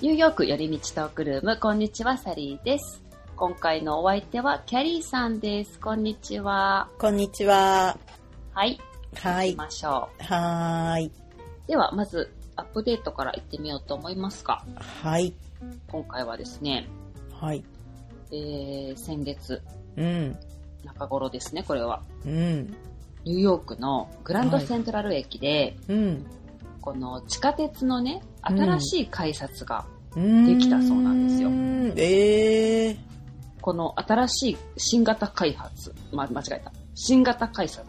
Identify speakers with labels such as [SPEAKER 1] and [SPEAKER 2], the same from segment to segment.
[SPEAKER 1] ニューヨーク寄り道トークルーム、こんにちは、サリーです。今回のお相手は、キャリーさんです。こんにちは。
[SPEAKER 2] こんにちは。
[SPEAKER 1] はい、
[SPEAKER 2] は
[SPEAKER 1] 行き
[SPEAKER 2] い。
[SPEAKER 1] ましょ
[SPEAKER 2] はーい。
[SPEAKER 1] う。では、まず、アップデートから行ってみようと思いますが、
[SPEAKER 2] はい。
[SPEAKER 1] 今回はですね、
[SPEAKER 2] はい。
[SPEAKER 1] えー、先月
[SPEAKER 2] うん。
[SPEAKER 1] 中頃ですね、これは。
[SPEAKER 2] うん。
[SPEAKER 1] ニューヨークのグランドセントラル駅で、
[SPEAKER 2] うん。
[SPEAKER 1] この地下鉄のね、新しい改札が、
[SPEAKER 2] うん。
[SPEAKER 1] できたそうなんですよ
[SPEAKER 2] ええ
[SPEAKER 1] この新しい新型開発、ま、間違えた。新型改札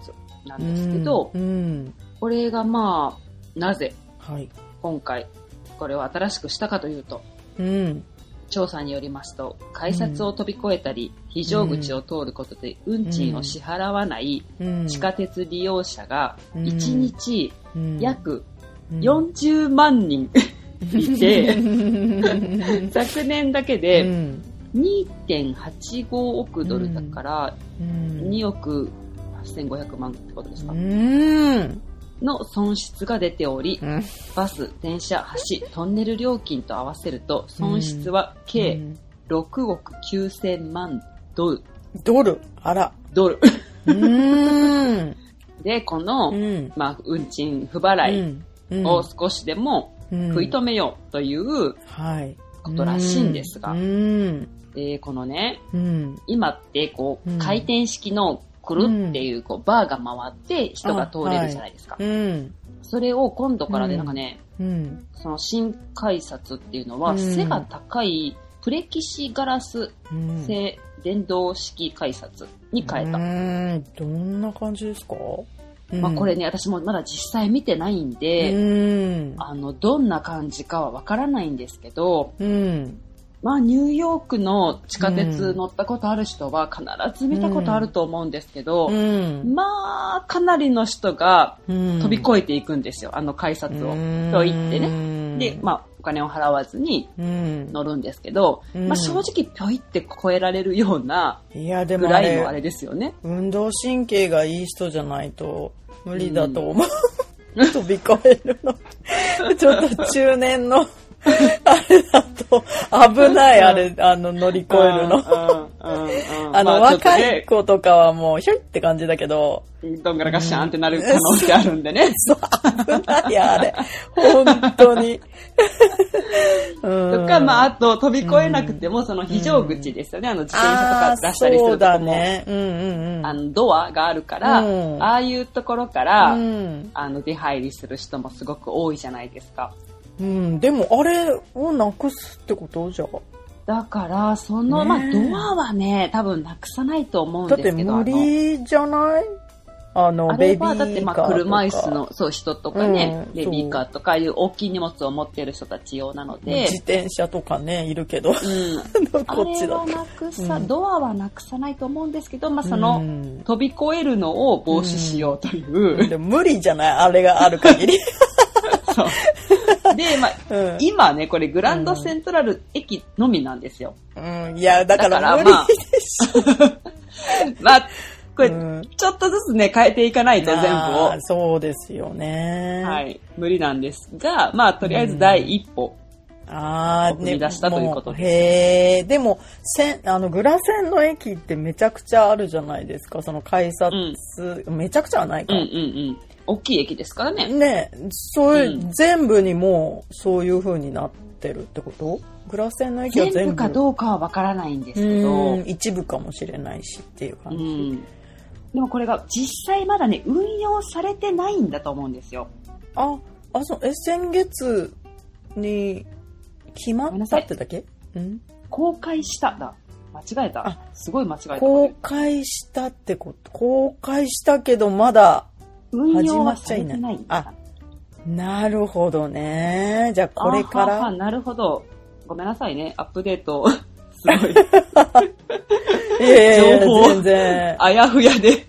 [SPEAKER 1] なんですけど、
[SPEAKER 2] うん。うん
[SPEAKER 1] これがまあ、なぜ
[SPEAKER 2] はい。
[SPEAKER 1] 今回これを新しくしたかというと、
[SPEAKER 2] うん。
[SPEAKER 1] 調査によりますと、改札を飛び越えたり、非常口を通ることで運賃を支払わない
[SPEAKER 2] うん。
[SPEAKER 1] 地下鉄利用者が、
[SPEAKER 2] うん
[SPEAKER 1] 1日
[SPEAKER 2] うん、
[SPEAKER 1] 約
[SPEAKER 2] うん
[SPEAKER 1] 40万人い て、
[SPEAKER 2] う ん
[SPEAKER 1] 昨年だけ
[SPEAKER 2] う
[SPEAKER 1] で
[SPEAKER 2] ん。
[SPEAKER 1] 2.85億ドルだから、
[SPEAKER 2] うん。
[SPEAKER 1] 2億8500万ってことですか、
[SPEAKER 2] うん。
[SPEAKER 1] の損失が出ており、
[SPEAKER 2] うん
[SPEAKER 1] バス、電車、橋、トンネル料金と合わせると、損失は計6億9000万ドル。
[SPEAKER 2] ドル。あら。
[SPEAKER 1] ドル
[SPEAKER 2] うん。
[SPEAKER 1] で、この、
[SPEAKER 2] うん。
[SPEAKER 1] まあ、運賃不払い
[SPEAKER 2] うん。
[SPEAKER 1] を少しでも食い止めようという
[SPEAKER 2] はい。
[SPEAKER 1] ことらしいんですが
[SPEAKER 2] う、ん。
[SPEAKER 1] でこのね、
[SPEAKER 2] うん。
[SPEAKER 1] 今ってこう、
[SPEAKER 2] うん
[SPEAKER 1] 回転式のくるっていう、こう、バーが回って人が通れるじゃないですか。
[SPEAKER 2] うん。
[SPEAKER 1] それを今度からでなんかね、
[SPEAKER 2] うん。
[SPEAKER 1] その新改札っていうのは、
[SPEAKER 2] うん
[SPEAKER 1] 背が高いプレキシガラス
[SPEAKER 2] うん
[SPEAKER 1] 製電動式改札に変えた。
[SPEAKER 2] うーんどんな感じですか、
[SPEAKER 1] まあ、これ
[SPEAKER 2] ね、
[SPEAKER 1] ね、私もまだ実際見てないんで、
[SPEAKER 2] うん
[SPEAKER 1] あの、どんな感じかはわからないんですけど、
[SPEAKER 2] うん
[SPEAKER 1] まあ、ニューヨークの地下鉄乗ったことある人は必ず見たことあると思うんですけど、
[SPEAKER 2] うん
[SPEAKER 1] まあ、かなりの人が
[SPEAKER 2] うん
[SPEAKER 1] 飛び越えていくんですよ、あの改札を。と言って
[SPEAKER 2] ね
[SPEAKER 1] で、まあ、お金を払わずに
[SPEAKER 2] うん
[SPEAKER 1] 乗るんですけど、まあ、正直ぴょいって超えられるような
[SPEAKER 2] 直いやで
[SPEAKER 1] ぐ
[SPEAKER 2] もあ
[SPEAKER 1] らいのあ
[SPEAKER 2] れ
[SPEAKER 1] れですよね。
[SPEAKER 2] 運動神経がいい人じゃないと無理だと思う、 飛び越えるの ちょっと中年の あれだと危ないあれあの乗り越えるの
[SPEAKER 1] うんうんうんうん
[SPEAKER 2] あの、
[SPEAKER 1] まあちょっと
[SPEAKER 2] 若
[SPEAKER 1] ね
[SPEAKER 2] い子とかはもうひょいって感じだけど
[SPEAKER 1] どんがらがシャーンってなる可能性あるんでね。
[SPEAKER 2] 危ないあれ。本当に。
[SPEAKER 1] と
[SPEAKER 2] と
[SPEAKER 1] か、まあ、あと、飛び越えなくても、その非常口ですよね。あの、自転車
[SPEAKER 2] あ
[SPEAKER 1] とか
[SPEAKER 2] ー、
[SPEAKER 1] 出したりする
[SPEAKER 2] そ
[SPEAKER 1] と
[SPEAKER 2] うだ
[SPEAKER 1] こも、
[SPEAKER 2] ね。うんうんうん。
[SPEAKER 1] あの、ドアがあるから、
[SPEAKER 2] うん
[SPEAKER 1] ああいうところから、
[SPEAKER 2] うん、
[SPEAKER 1] あの、出入りする人もすごく多いじゃないですか。
[SPEAKER 2] うん、でもあれをなくすってことじゃあ
[SPEAKER 1] だから、その、まあ、
[SPEAKER 2] ね
[SPEAKER 1] ド
[SPEAKER 2] え
[SPEAKER 1] アはね、多分なくさないと思うん
[SPEAKER 2] だ
[SPEAKER 1] で
[SPEAKER 2] って
[SPEAKER 1] すけど、
[SPEAKER 2] 無理じゃないあ
[SPEAKER 1] あの、
[SPEAKER 2] の
[SPEAKER 1] あ
[SPEAKER 2] ベ
[SPEAKER 1] れ
[SPEAKER 2] ビーカ
[SPEAKER 1] は
[SPEAKER 2] ーとか
[SPEAKER 1] だって、まあ、車椅子の、そう、人とかね、
[SPEAKER 2] うん
[SPEAKER 1] ベビーカーとか、ああいう大きい荷物を持ってる人たち用なので
[SPEAKER 2] 自、転車とかねいるけどこ
[SPEAKER 1] うん、
[SPEAKER 2] っちだ
[SPEAKER 1] あれはなくさ、
[SPEAKER 2] うん
[SPEAKER 1] ドアはなくさないと思うんですけど、まあ、
[SPEAKER 2] と
[SPEAKER 1] その、
[SPEAKER 2] うん
[SPEAKER 1] 飛び越えるのを防止しようという、
[SPEAKER 2] でも無理じゃないあれがある 限り、
[SPEAKER 1] そうで、まあ、
[SPEAKER 2] うん
[SPEAKER 1] 今ね、これグランドセントラル駅のみなんですよ。
[SPEAKER 2] うん、いやだか
[SPEAKER 1] だから
[SPEAKER 2] ら無理
[SPEAKER 1] まあ
[SPEAKER 2] でしょ、
[SPEAKER 1] まあ、これ、
[SPEAKER 2] うん
[SPEAKER 1] ちょっとずつね、変えていかないと全部
[SPEAKER 2] ま
[SPEAKER 1] を
[SPEAKER 2] あ、そうですよね
[SPEAKER 1] はい、無理なんですが、まあ、とりあえず第一歩。
[SPEAKER 2] ああ、
[SPEAKER 1] を生み出したということです
[SPEAKER 2] もへえ、でも、せん、あの、グラセンの駅ってめちゃくちゃあるじゃないですか、その改札、めちゃくちゃはないか。
[SPEAKER 1] うんうんうん。大きい駅ですからね。
[SPEAKER 2] ねえそういう、
[SPEAKER 1] うん
[SPEAKER 2] 全部にもう、そういう風になってるってことグラセンの駅は
[SPEAKER 1] 全
[SPEAKER 2] 全部。
[SPEAKER 1] 部かどうかはわからないんですけど、
[SPEAKER 2] うん、一部かもしれないしっていう感
[SPEAKER 1] う
[SPEAKER 2] じ。
[SPEAKER 1] ん。でもこれが実際まだね、運用されてないんだと思うんですよ。
[SPEAKER 2] あ、あ、そう、え、先月に決ま
[SPEAKER 1] ごめんな
[SPEAKER 2] っ
[SPEAKER 1] さ
[SPEAKER 2] た
[SPEAKER 1] い
[SPEAKER 2] ってだけうん
[SPEAKER 1] 公開しただ。間違えた
[SPEAKER 2] あ。
[SPEAKER 1] すごい間違えた。
[SPEAKER 2] 公開したってこと、公開したけどまだ、
[SPEAKER 1] 運用は
[SPEAKER 2] 始まっ
[SPEAKER 1] さ
[SPEAKER 2] ちゃ
[SPEAKER 1] れ
[SPEAKER 2] い
[SPEAKER 1] て
[SPEAKER 2] ない
[SPEAKER 1] ない。
[SPEAKER 2] あなるほどね。じゃあこれか
[SPEAKER 1] あはは
[SPEAKER 2] ら。
[SPEAKER 1] なるほど。ごめんなさいね。アップデー ト。すごい。
[SPEAKER 2] いやいやいや
[SPEAKER 1] 情報
[SPEAKER 2] 全然。
[SPEAKER 1] あやふやで。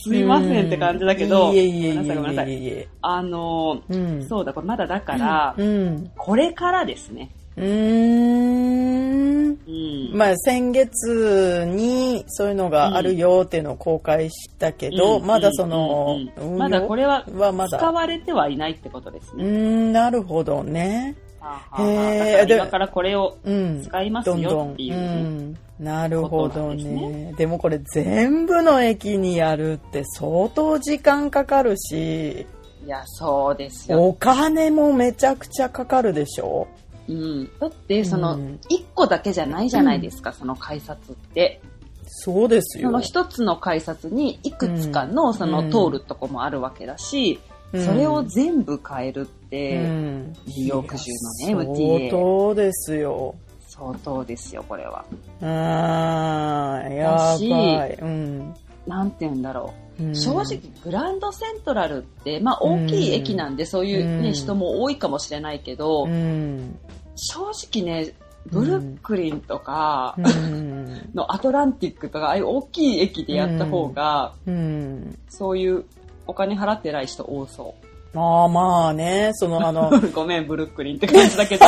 [SPEAKER 1] すいませんって感じだけど。
[SPEAKER 2] いえいえいえ
[SPEAKER 1] ごめんなさい、ごめんなさ
[SPEAKER 2] いえ
[SPEAKER 1] い。
[SPEAKER 2] いえ。
[SPEAKER 1] あの
[SPEAKER 2] うん。
[SPEAKER 1] ー、そうだ、これまだだから、
[SPEAKER 2] うん。
[SPEAKER 1] これからですね。
[SPEAKER 2] うーん。
[SPEAKER 1] うん。
[SPEAKER 2] まあ先月にそういうのがあるよっていうのを公開したけど、
[SPEAKER 1] うん
[SPEAKER 2] まだその
[SPEAKER 1] うんうんうん
[SPEAKER 2] 運用
[SPEAKER 1] まだこれは
[SPEAKER 2] はま
[SPEAKER 1] 使
[SPEAKER 2] だ。
[SPEAKER 1] われてはいないってことです
[SPEAKER 2] うー
[SPEAKER 1] ね。
[SPEAKER 2] ん、なるほどね。
[SPEAKER 1] はあ
[SPEAKER 2] へ
[SPEAKER 1] は
[SPEAKER 2] え
[SPEAKER 1] あ、だから今からこれを
[SPEAKER 2] うん。
[SPEAKER 1] 使います
[SPEAKER 2] どんど
[SPEAKER 1] よ
[SPEAKER 2] ん
[SPEAKER 1] っていう
[SPEAKER 2] う
[SPEAKER 1] ね、
[SPEAKER 2] ん、なるほど
[SPEAKER 1] ことなん
[SPEAKER 2] ねでもこれ全部の駅にやるって相当時間かかるし
[SPEAKER 1] いやそうですよ、
[SPEAKER 2] お金もめちゃくちゃかかるでしょ
[SPEAKER 1] うん、だってそうの
[SPEAKER 2] ん
[SPEAKER 1] 1個だけじゃないじゃないですか、その改札って
[SPEAKER 2] そうです
[SPEAKER 1] そ
[SPEAKER 2] よ
[SPEAKER 1] の1つの改札にいくつかのその通るとこもあるわけだし、
[SPEAKER 2] うん
[SPEAKER 1] それを全部変えるっ
[SPEAKER 2] う
[SPEAKER 1] て
[SPEAKER 2] ん
[SPEAKER 1] 利用苦渋のね
[SPEAKER 2] 相
[SPEAKER 1] MTA
[SPEAKER 2] 当ですよ
[SPEAKER 1] 相当ですよこれは
[SPEAKER 2] あーや
[SPEAKER 1] だし
[SPEAKER 2] ばい、うん
[SPEAKER 1] なんて言うんだろ
[SPEAKER 2] う
[SPEAKER 1] う、
[SPEAKER 2] ん
[SPEAKER 1] 正直グランドセントラルって、まあ、大きい駅なんでそういう、ね
[SPEAKER 2] うん
[SPEAKER 1] 人も多いかもしれないけど、
[SPEAKER 2] うん
[SPEAKER 1] 正直ねブルックリンとか
[SPEAKER 2] うん
[SPEAKER 1] のアトランティックとかああいう大きい駅でやった方が、
[SPEAKER 2] うん
[SPEAKER 1] そういうお金払ってない人多そ
[SPEAKER 2] ああまあねその あの
[SPEAKER 1] うごめんブルックリンって感じだけど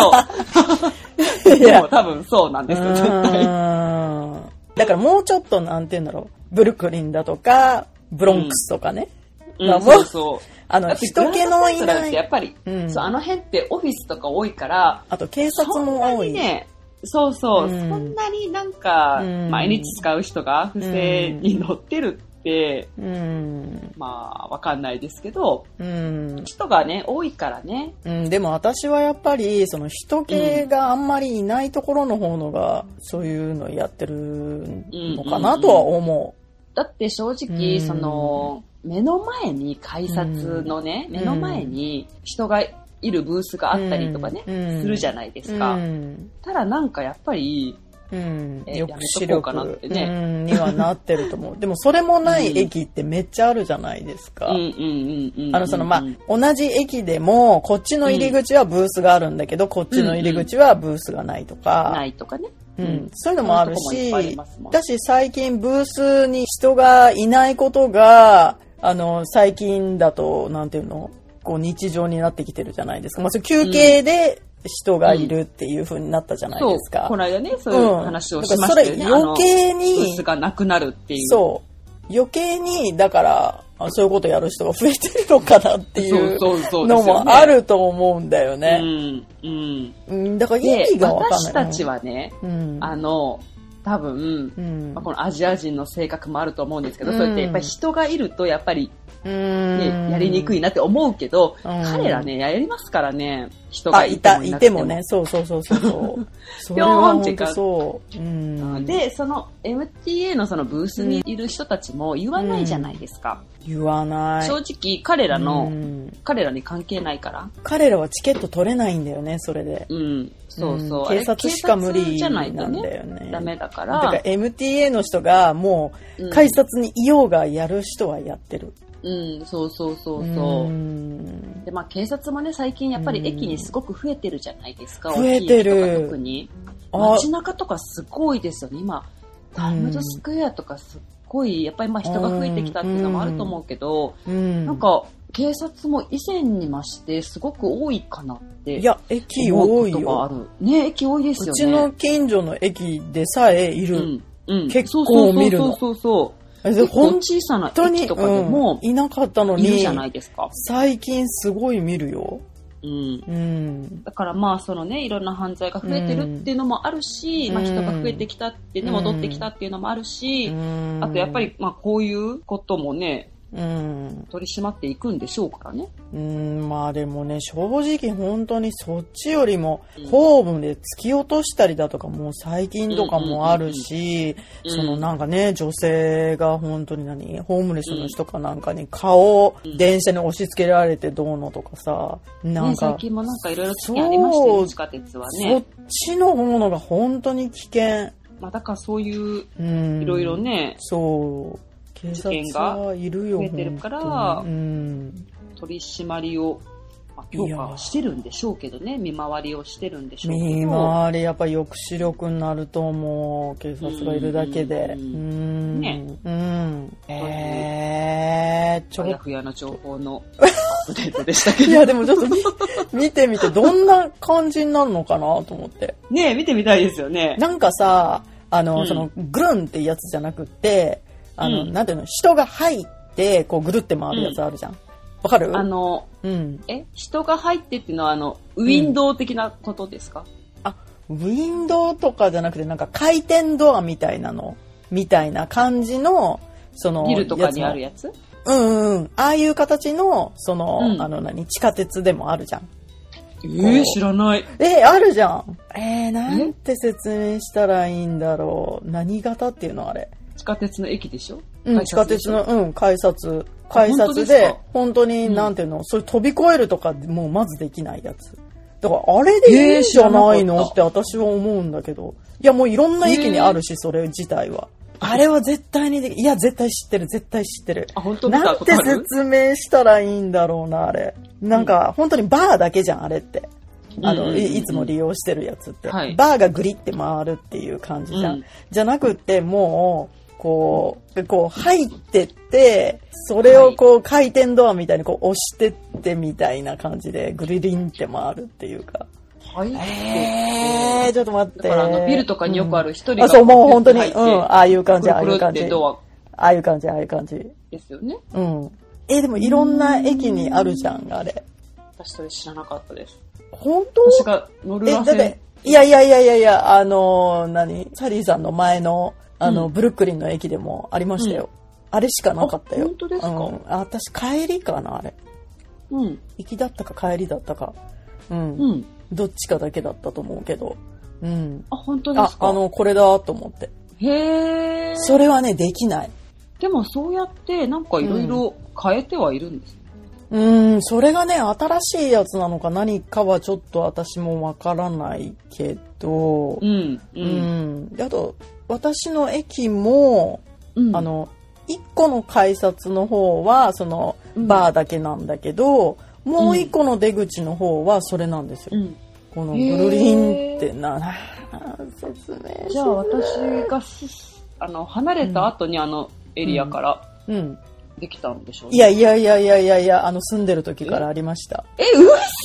[SPEAKER 2] い
[SPEAKER 1] で
[SPEAKER 2] や
[SPEAKER 1] も多分そうなんですよ絶
[SPEAKER 2] う
[SPEAKER 1] 対
[SPEAKER 2] ーんだからもうちょっとなんて言うんだろう。ブルックリンだとか、ブロンクスとかね。
[SPEAKER 1] う
[SPEAKER 2] だ
[SPEAKER 1] ん
[SPEAKER 2] もん
[SPEAKER 1] そうそう
[SPEAKER 2] あ
[SPEAKER 1] だ
[SPEAKER 2] の、
[SPEAKER 1] って
[SPEAKER 2] 人気のい
[SPEAKER 1] グランドセントラル
[SPEAKER 2] な
[SPEAKER 1] ってや
[SPEAKER 2] い。
[SPEAKER 1] っぱり、
[SPEAKER 2] うん
[SPEAKER 1] そうあの辺ってオフィスとか多いから
[SPEAKER 2] あと警察
[SPEAKER 1] そん
[SPEAKER 2] も
[SPEAKER 1] な
[SPEAKER 2] 多い。
[SPEAKER 1] にねそうそう、
[SPEAKER 2] うん
[SPEAKER 1] そんなになんか
[SPEAKER 2] うん
[SPEAKER 1] 毎日使う人が不正に乗ってるって、
[SPEAKER 2] うん。
[SPEAKER 1] まあわかんないですけど
[SPEAKER 2] うん。
[SPEAKER 1] 人がね多いからね
[SPEAKER 2] うん、でも私はやっぱり、その人気があんまりいないところの方のが、そういうのやってるのかなとは思
[SPEAKER 1] だって正直、
[SPEAKER 2] うん
[SPEAKER 1] その目の前に改札のね、目の前に人がいるブースがあったりとかね、
[SPEAKER 2] うん
[SPEAKER 1] するじゃないで
[SPEAKER 2] う。
[SPEAKER 1] すか、
[SPEAKER 2] うん。
[SPEAKER 1] ただなんかやっぱり
[SPEAKER 2] うん、
[SPEAKER 1] え
[SPEAKER 2] 抑止
[SPEAKER 1] やめ
[SPEAKER 2] 力
[SPEAKER 1] とこうかなってね
[SPEAKER 2] うん、にはなってる と思う。でもそれもない駅ってめっちゃあるじゃないです
[SPEAKER 1] う
[SPEAKER 2] か。
[SPEAKER 1] んうんうんうんうん
[SPEAKER 2] あの、その、ま
[SPEAKER 1] うん
[SPEAKER 2] あ、同じ駅でも、こっちの入り口はブースがあるんだけど、こっちの入り口はブースがないと
[SPEAKER 1] な
[SPEAKER 2] か、
[SPEAKER 1] いとかね
[SPEAKER 2] うん
[SPEAKER 1] うん
[SPEAKER 2] そういうのもある
[SPEAKER 1] そういう
[SPEAKER 2] し
[SPEAKER 1] とこもいっぱいありますも、ん
[SPEAKER 2] だし最近ブースに人がいないことが、あの、最近だと、なんていうのこう日常になってきてるじゃないですか。まあ、それ休憩で人がいるっていう風になったじゃない
[SPEAKER 1] そう
[SPEAKER 2] ですか。
[SPEAKER 1] この間ねそう
[SPEAKER 2] う
[SPEAKER 1] い
[SPEAKER 2] ん
[SPEAKER 1] う話をしましたよね、
[SPEAKER 2] だからそれ余計
[SPEAKER 1] あのブー
[SPEAKER 2] に
[SPEAKER 1] ス、がなくなるっていう
[SPEAKER 2] そう。余計に、だから、あそういうことやる人が増えてるのかなってい
[SPEAKER 1] そうそうそうで
[SPEAKER 2] の
[SPEAKER 1] すよ
[SPEAKER 2] も
[SPEAKER 1] ね
[SPEAKER 2] あると思うんだよ
[SPEAKER 1] う
[SPEAKER 2] ね。
[SPEAKER 1] んうん
[SPEAKER 2] うん、だから意
[SPEAKER 1] で
[SPEAKER 2] 味がわかんな
[SPEAKER 1] 私
[SPEAKER 2] い。
[SPEAKER 1] たちはね
[SPEAKER 2] うん、
[SPEAKER 1] あの多分
[SPEAKER 2] うん、
[SPEAKER 1] まあ、このアジア人の性格もあると思うんですけど、
[SPEAKER 2] うん
[SPEAKER 1] そうやってやっぱり人がいるとやっぱり、ね
[SPEAKER 2] うん
[SPEAKER 1] やりにくいなって思うけど、
[SPEAKER 2] うん
[SPEAKER 1] 彼らねやりますからね人
[SPEAKER 2] あ
[SPEAKER 1] が
[SPEAKER 2] い
[SPEAKER 1] い
[SPEAKER 2] た
[SPEAKER 1] た
[SPEAKER 2] い
[SPEAKER 1] い
[SPEAKER 2] て
[SPEAKER 1] て
[SPEAKER 2] も
[SPEAKER 1] も
[SPEAKER 2] ね
[SPEAKER 1] ね、
[SPEAKER 2] そうそうそうそう そう。そ
[SPEAKER 1] ぴ
[SPEAKER 2] れ
[SPEAKER 1] ょ
[SPEAKER 2] は
[SPEAKER 1] ーんって
[SPEAKER 2] 本当そう。うん、
[SPEAKER 1] でその MTA のそのブースにいる人たちも言わないじゃないですか、
[SPEAKER 2] 言わない。
[SPEAKER 1] 正直彼らの、
[SPEAKER 2] うん
[SPEAKER 1] 彼らに関係ないから
[SPEAKER 2] 彼らはチケット取れないんだよね、それで。
[SPEAKER 1] うんそうそう、
[SPEAKER 2] ん
[SPEAKER 1] あれ
[SPEAKER 2] 警察しか無
[SPEAKER 1] 警察
[SPEAKER 2] 理
[SPEAKER 1] じゃ
[SPEAKER 2] なん
[SPEAKER 1] ないとね
[SPEAKER 2] だよね。
[SPEAKER 1] ダメだか
[SPEAKER 2] だからら MTA の人がも
[SPEAKER 1] う
[SPEAKER 2] うん改札にいようがやる人はやってる。
[SPEAKER 1] うんそうそうそうそう、
[SPEAKER 2] ん
[SPEAKER 1] でまあ、警察もね最近やっぱり駅にすごく増えてるじゃないですか、
[SPEAKER 2] うん増えてる
[SPEAKER 1] 大きい駅とか特に
[SPEAKER 2] あ
[SPEAKER 1] 街中とかすごいですよね今タイムズスクエアとかすっごいやっぱりまあ人が増えてきたっていうのもあると思うけど、
[SPEAKER 2] うん
[SPEAKER 1] なんか警察も以前に増してすごく多いかなって
[SPEAKER 2] いや、駅
[SPEAKER 1] 思
[SPEAKER 2] 多
[SPEAKER 1] う
[SPEAKER 2] い
[SPEAKER 1] こと
[SPEAKER 2] よ
[SPEAKER 1] があ。るね駅多いです
[SPEAKER 2] う
[SPEAKER 1] よ
[SPEAKER 2] ち
[SPEAKER 1] ね
[SPEAKER 2] の近所の駅でさえいる。
[SPEAKER 1] うんうん、
[SPEAKER 2] 結構見るの
[SPEAKER 1] そうそうそうそ
[SPEAKER 2] え
[SPEAKER 1] う
[SPEAKER 2] で
[SPEAKER 1] 結構
[SPEAKER 2] 本
[SPEAKER 1] 小さな
[SPEAKER 2] 当
[SPEAKER 1] 駅
[SPEAKER 2] に、
[SPEAKER 1] とかでも
[SPEAKER 2] うんいなかったの
[SPEAKER 1] いる
[SPEAKER 2] に
[SPEAKER 1] じゃ、ないですか、
[SPEAKER 2] 最近すごい見るよ。
[SPEAKER 1] うん、
[SPEAKER 2] うん。
[SPEAKER 1] だからまあそのねいろんな犯罪が増えてるっていうのもあるし、
[SPEAKER 2] うん
[SPEAKER 1] まあ、人が増えてきたってね
[SPEAKER 2] うん
[SPEAKER 1] 戻ってきたっていうのもあるし、
[SPEAKER 2] うん
[SPEAKER 1] あとやっぱ、りまあこういうこともね
[SPEAKER 2] うん。
[SPEAKER 1] 取り締まっていくんでしょうからね。
[SPEAKER 2] うん、まあでもね、正直本当にそっちよりも
[SPEAKER 1] うん、
[SPEAKER 2] ホームで突き落としたりだとか、もう最近とかもあるし、
[SPEAKER 1] うん
[SPEAKER 2] そのなんかね、女性が本当に何、ホームレスの人かなんかに顔を電車に押し付けられてどうのとかさ、なん
[SPEAKER 1] ね、
[SPEAKER 2] か、
[SPEAKER 1] 最近もなんかいろいろ事件ありましたよね、地下鉄は
[SPEAKER 2] そっ
[SPEAKER 1] ね。
[SPEAKER 2] ちの方のが本当に危険。
[SPEAKER 1] まあ、だからそういう
[SPEAKER 2] うん。
[SPEAKER 1] いろいろ。ね、
[SPEAKER 2] そう。警察はいるよ、
[SPEAKER 1] 事件が増えてるから
[SPEAKER 2] 本当にうん。
[SPEAKER 1] 取り締まりを、まあ、強化はしてるんでしょうけどね、見回りをしてるんでしょうけ
[SPEAKER 2] 見
[SPEAKER 1] ど、
[SPEAKER 2] 回り、やっぱ抑止力になると思う。警察がいるだけで。う
[SPEAKER 1] うん
[SPEAKER 2] ん。
[SPEAKER 1] ね
[SPEAKER 2] うん。えー、ち
[SPEAKER 1] ちょや
[SPEAKER 2] ょ
[SPEAKER 1] ふやの情報のアップデートでしたけ
[SPEAKER 2] い
[SPEAKER 1] ど、
[SPEAKER 2] や、でもちょっと見見てみて、どんな感じになるのかなと 思って。
[SPEAKER 1] ね見てみたいですよね。
[SPEAKER 2] なんかさ、あの、
[SPEAKER 1] うん
[SPEAKER 2] その、グルンってやつじゃなくって、あの、
[SPEAKER 1] うん
[SPEAKER 2] なんていうの、人が入って、こう、ぐるって回るやつあるじゃん。わかる
[SPEAKER 1] あの、
[SPEAKER 2] うん。
[SPEAKER 1] え、人が入ってっていうのは、あの、ウィンドウ的なことですか、
[SPEAKER 2] ウィンドウとかじゃなくて、なんか回転ドアみたいなの、みたいな感じの、その、
[SPEAKER 1] ビルとかにある
[SPEAKER 2] や
[SPEAKER 1] やつ
[SPEAKER 2] つもうんうんうん。ああいう形の、その、
[SPEAKER 1] うん
[SPEAKER 2] あの何、地下鉄でもあるじゃん。
[SPEAKER 1] え
[SPEAKER 2] こう
[SPEAKER 1] らない。
[SPEAKER 2] えー、あるじゃん。えー、なんて説明したらいいんだろう。何型っていうのあれ。
[SPEAKER 1] 地下鉄の駅でしょ
[SPEAKER 2] うん、
[SPEAKER 1] 改
[SPEAKER 2] 地下
[SPEAKER 1] 札で
[SPEAKER 2] 鉄
[SPEAKER 1] しょ
[SPEAKER 2] の、うん、改札。改
[SPEAKER 1] 本当で
[SPEAKER 2] 札
[SPEAKER 1] すか
[SPEAKER 2] で、本当に、
[SPEAKER 1] うん
[SPEAKER 2] なんていうの、それ飛び越えるとか、もうまずできないやつ。だから、あれでいいんじゃな
[SPEAKER 1] えー
[SPEAKER 2] い
[SPEAKER 1] 知らなか
[SPEAKER 2] の
[SPEAKER 1] っ
[SPEAKER 2] って私は思うんだけど。いや、もういろんな駅にあるし、それ自体は。あれは絶対にでき、いや、絶対知ってる、絶対知ってる。
[SPEAKER 1] あ、本当見
[SPEAKER 2] な
[SPEAKER 1] た
[SPEAKER 2] ん
[SPEAKER 1] こ
[SPEAKER 2] て
[SPEAKER 1] とある
[SPEAKER 2] 説明したらいいんだろうな、あれ。なんか、本当にバーだけじゃん、あれって。あ
[SPEAKER 1] うんうんうん
[SPEAKER 2] の、
[SPEAKER 1] うん
[SPEAKER 2] いいつも利用してるやつって。
[SPEAKER 1] はい
[SPEAKER 2] バーがグリって回るっていう感じじゃん。
[SPEAKER 1] うん
[SPEAKER 2] じゃなくって、もう、こう、こう入ってって、それをこう回転ドアみたいにこう押してってみたいな感じで、ぐりりんって回るっていうか。
[SPEAKER 1] 入って
[SPEAKER 2] えー、ちょっと待って。
[SPEAKER 1] だからあのビルとかによくある一人
[SPEAKER 2] うん
[SPEAKER 1] が
[SPEAKER 2] あ、そう、もう本当に、
[SPEAKER 1] 入って
[SPEAKER 2] うん、ああいう感
[SPEAKER 1] く
[SPEAKER 2] じ、
[SPEAKER 1] る
[SPEAKER 2] あ
[SPEAKER 1] く
[SPEAKER 2] あい
[SPEAKER 1] る
[SPEAKER 2] う
[SPEAKER 1] っ
[SPEAKER 2] 感じ。
[SPEAKER 1] て
[SPEAKER 2] あ
[SPEAKER 1] ドア
[SPEAKER 2] あいう感じ、ああいう感じ。
[SPEAKER 1] ですよね。
[SPEAKER 2] うん。えーでもいろんな駅にあるじゃん、あれ。
[SPEAKER 1] 私それ知らなかったです。
[SPEAKER 2] 本
[SPEAKER 1] 私
[SPEAKER 2] 当
[SPEAKER 1] が乗る
[SPEAKER 2] え、
[SPEAKER 1] ら
[SPEAKER 2] だって
[SPEAKER 1] せ、
[SPEAKER 2] いやいやいやいやいや、あのー、何サリーさんの前の、あの、
[SPEAKER 1] うん
[SPEAKER 2] ブルックリンの駅でもありましたよ。あれしかなかった
[SPEAKER 1] あ
[SPEAKER 2] よ。
[SPEAKER 1] 本当ですか
[SPEAKER 2] うん、あ、私帰りかな、あれ。
[SPEAKER 1] うん、
[SPEAKER 2] 行きだったか帰りだったか。うん。
[SPEAKER 1] うん。
[SPEAKER 2] どっちかだけだったと思うけど。うん。
[SPEAKER 1] あ、本当で
[SPEAKER 2] あ
[SPEAKER 1] す、か
[SPEAKER 2] あの、これだと思って。
[SPEAKER 1] へえ。
[SPEAKER 2] それはね、できない。
[SPEAKER 1] でもそうやってなんかいろいろ変えてはいるんですね。
[SPEAKER 2] うん、それがね、新しいやつなのか何かはちょっと私もわからないけど、
[SPEAKER 1] うん、う、
[SPEAKER 2] うんん。であと、私の駅も、
[SPEAKER 1] うん。
[SPEAKER 2] あ、の、1個の改札の方は、その、
[SPEAKER 1] うん
[SPEAKER 2] バーだけなんだけど、もう1個の出口の方はそれなんです
[SPEAKER 1] う
[SPEAKER 2] よ。
[SPEAKER 1] ん。
[SPEAKER 2] この
[SPEAKER 1] へー
[SPEAKER 2] ぐるりんってな、説明
[SPEAKER 1] じゃあ私がす、あの、離れた後にあのエリアから
[SPEAKER 2] うん。
[SPEAKER 1] できたんでしょうね。
[SPEAKER 2] いやいやいやいやいやいや、あの、住んでる時からありました。
[SPEAKER 1] え、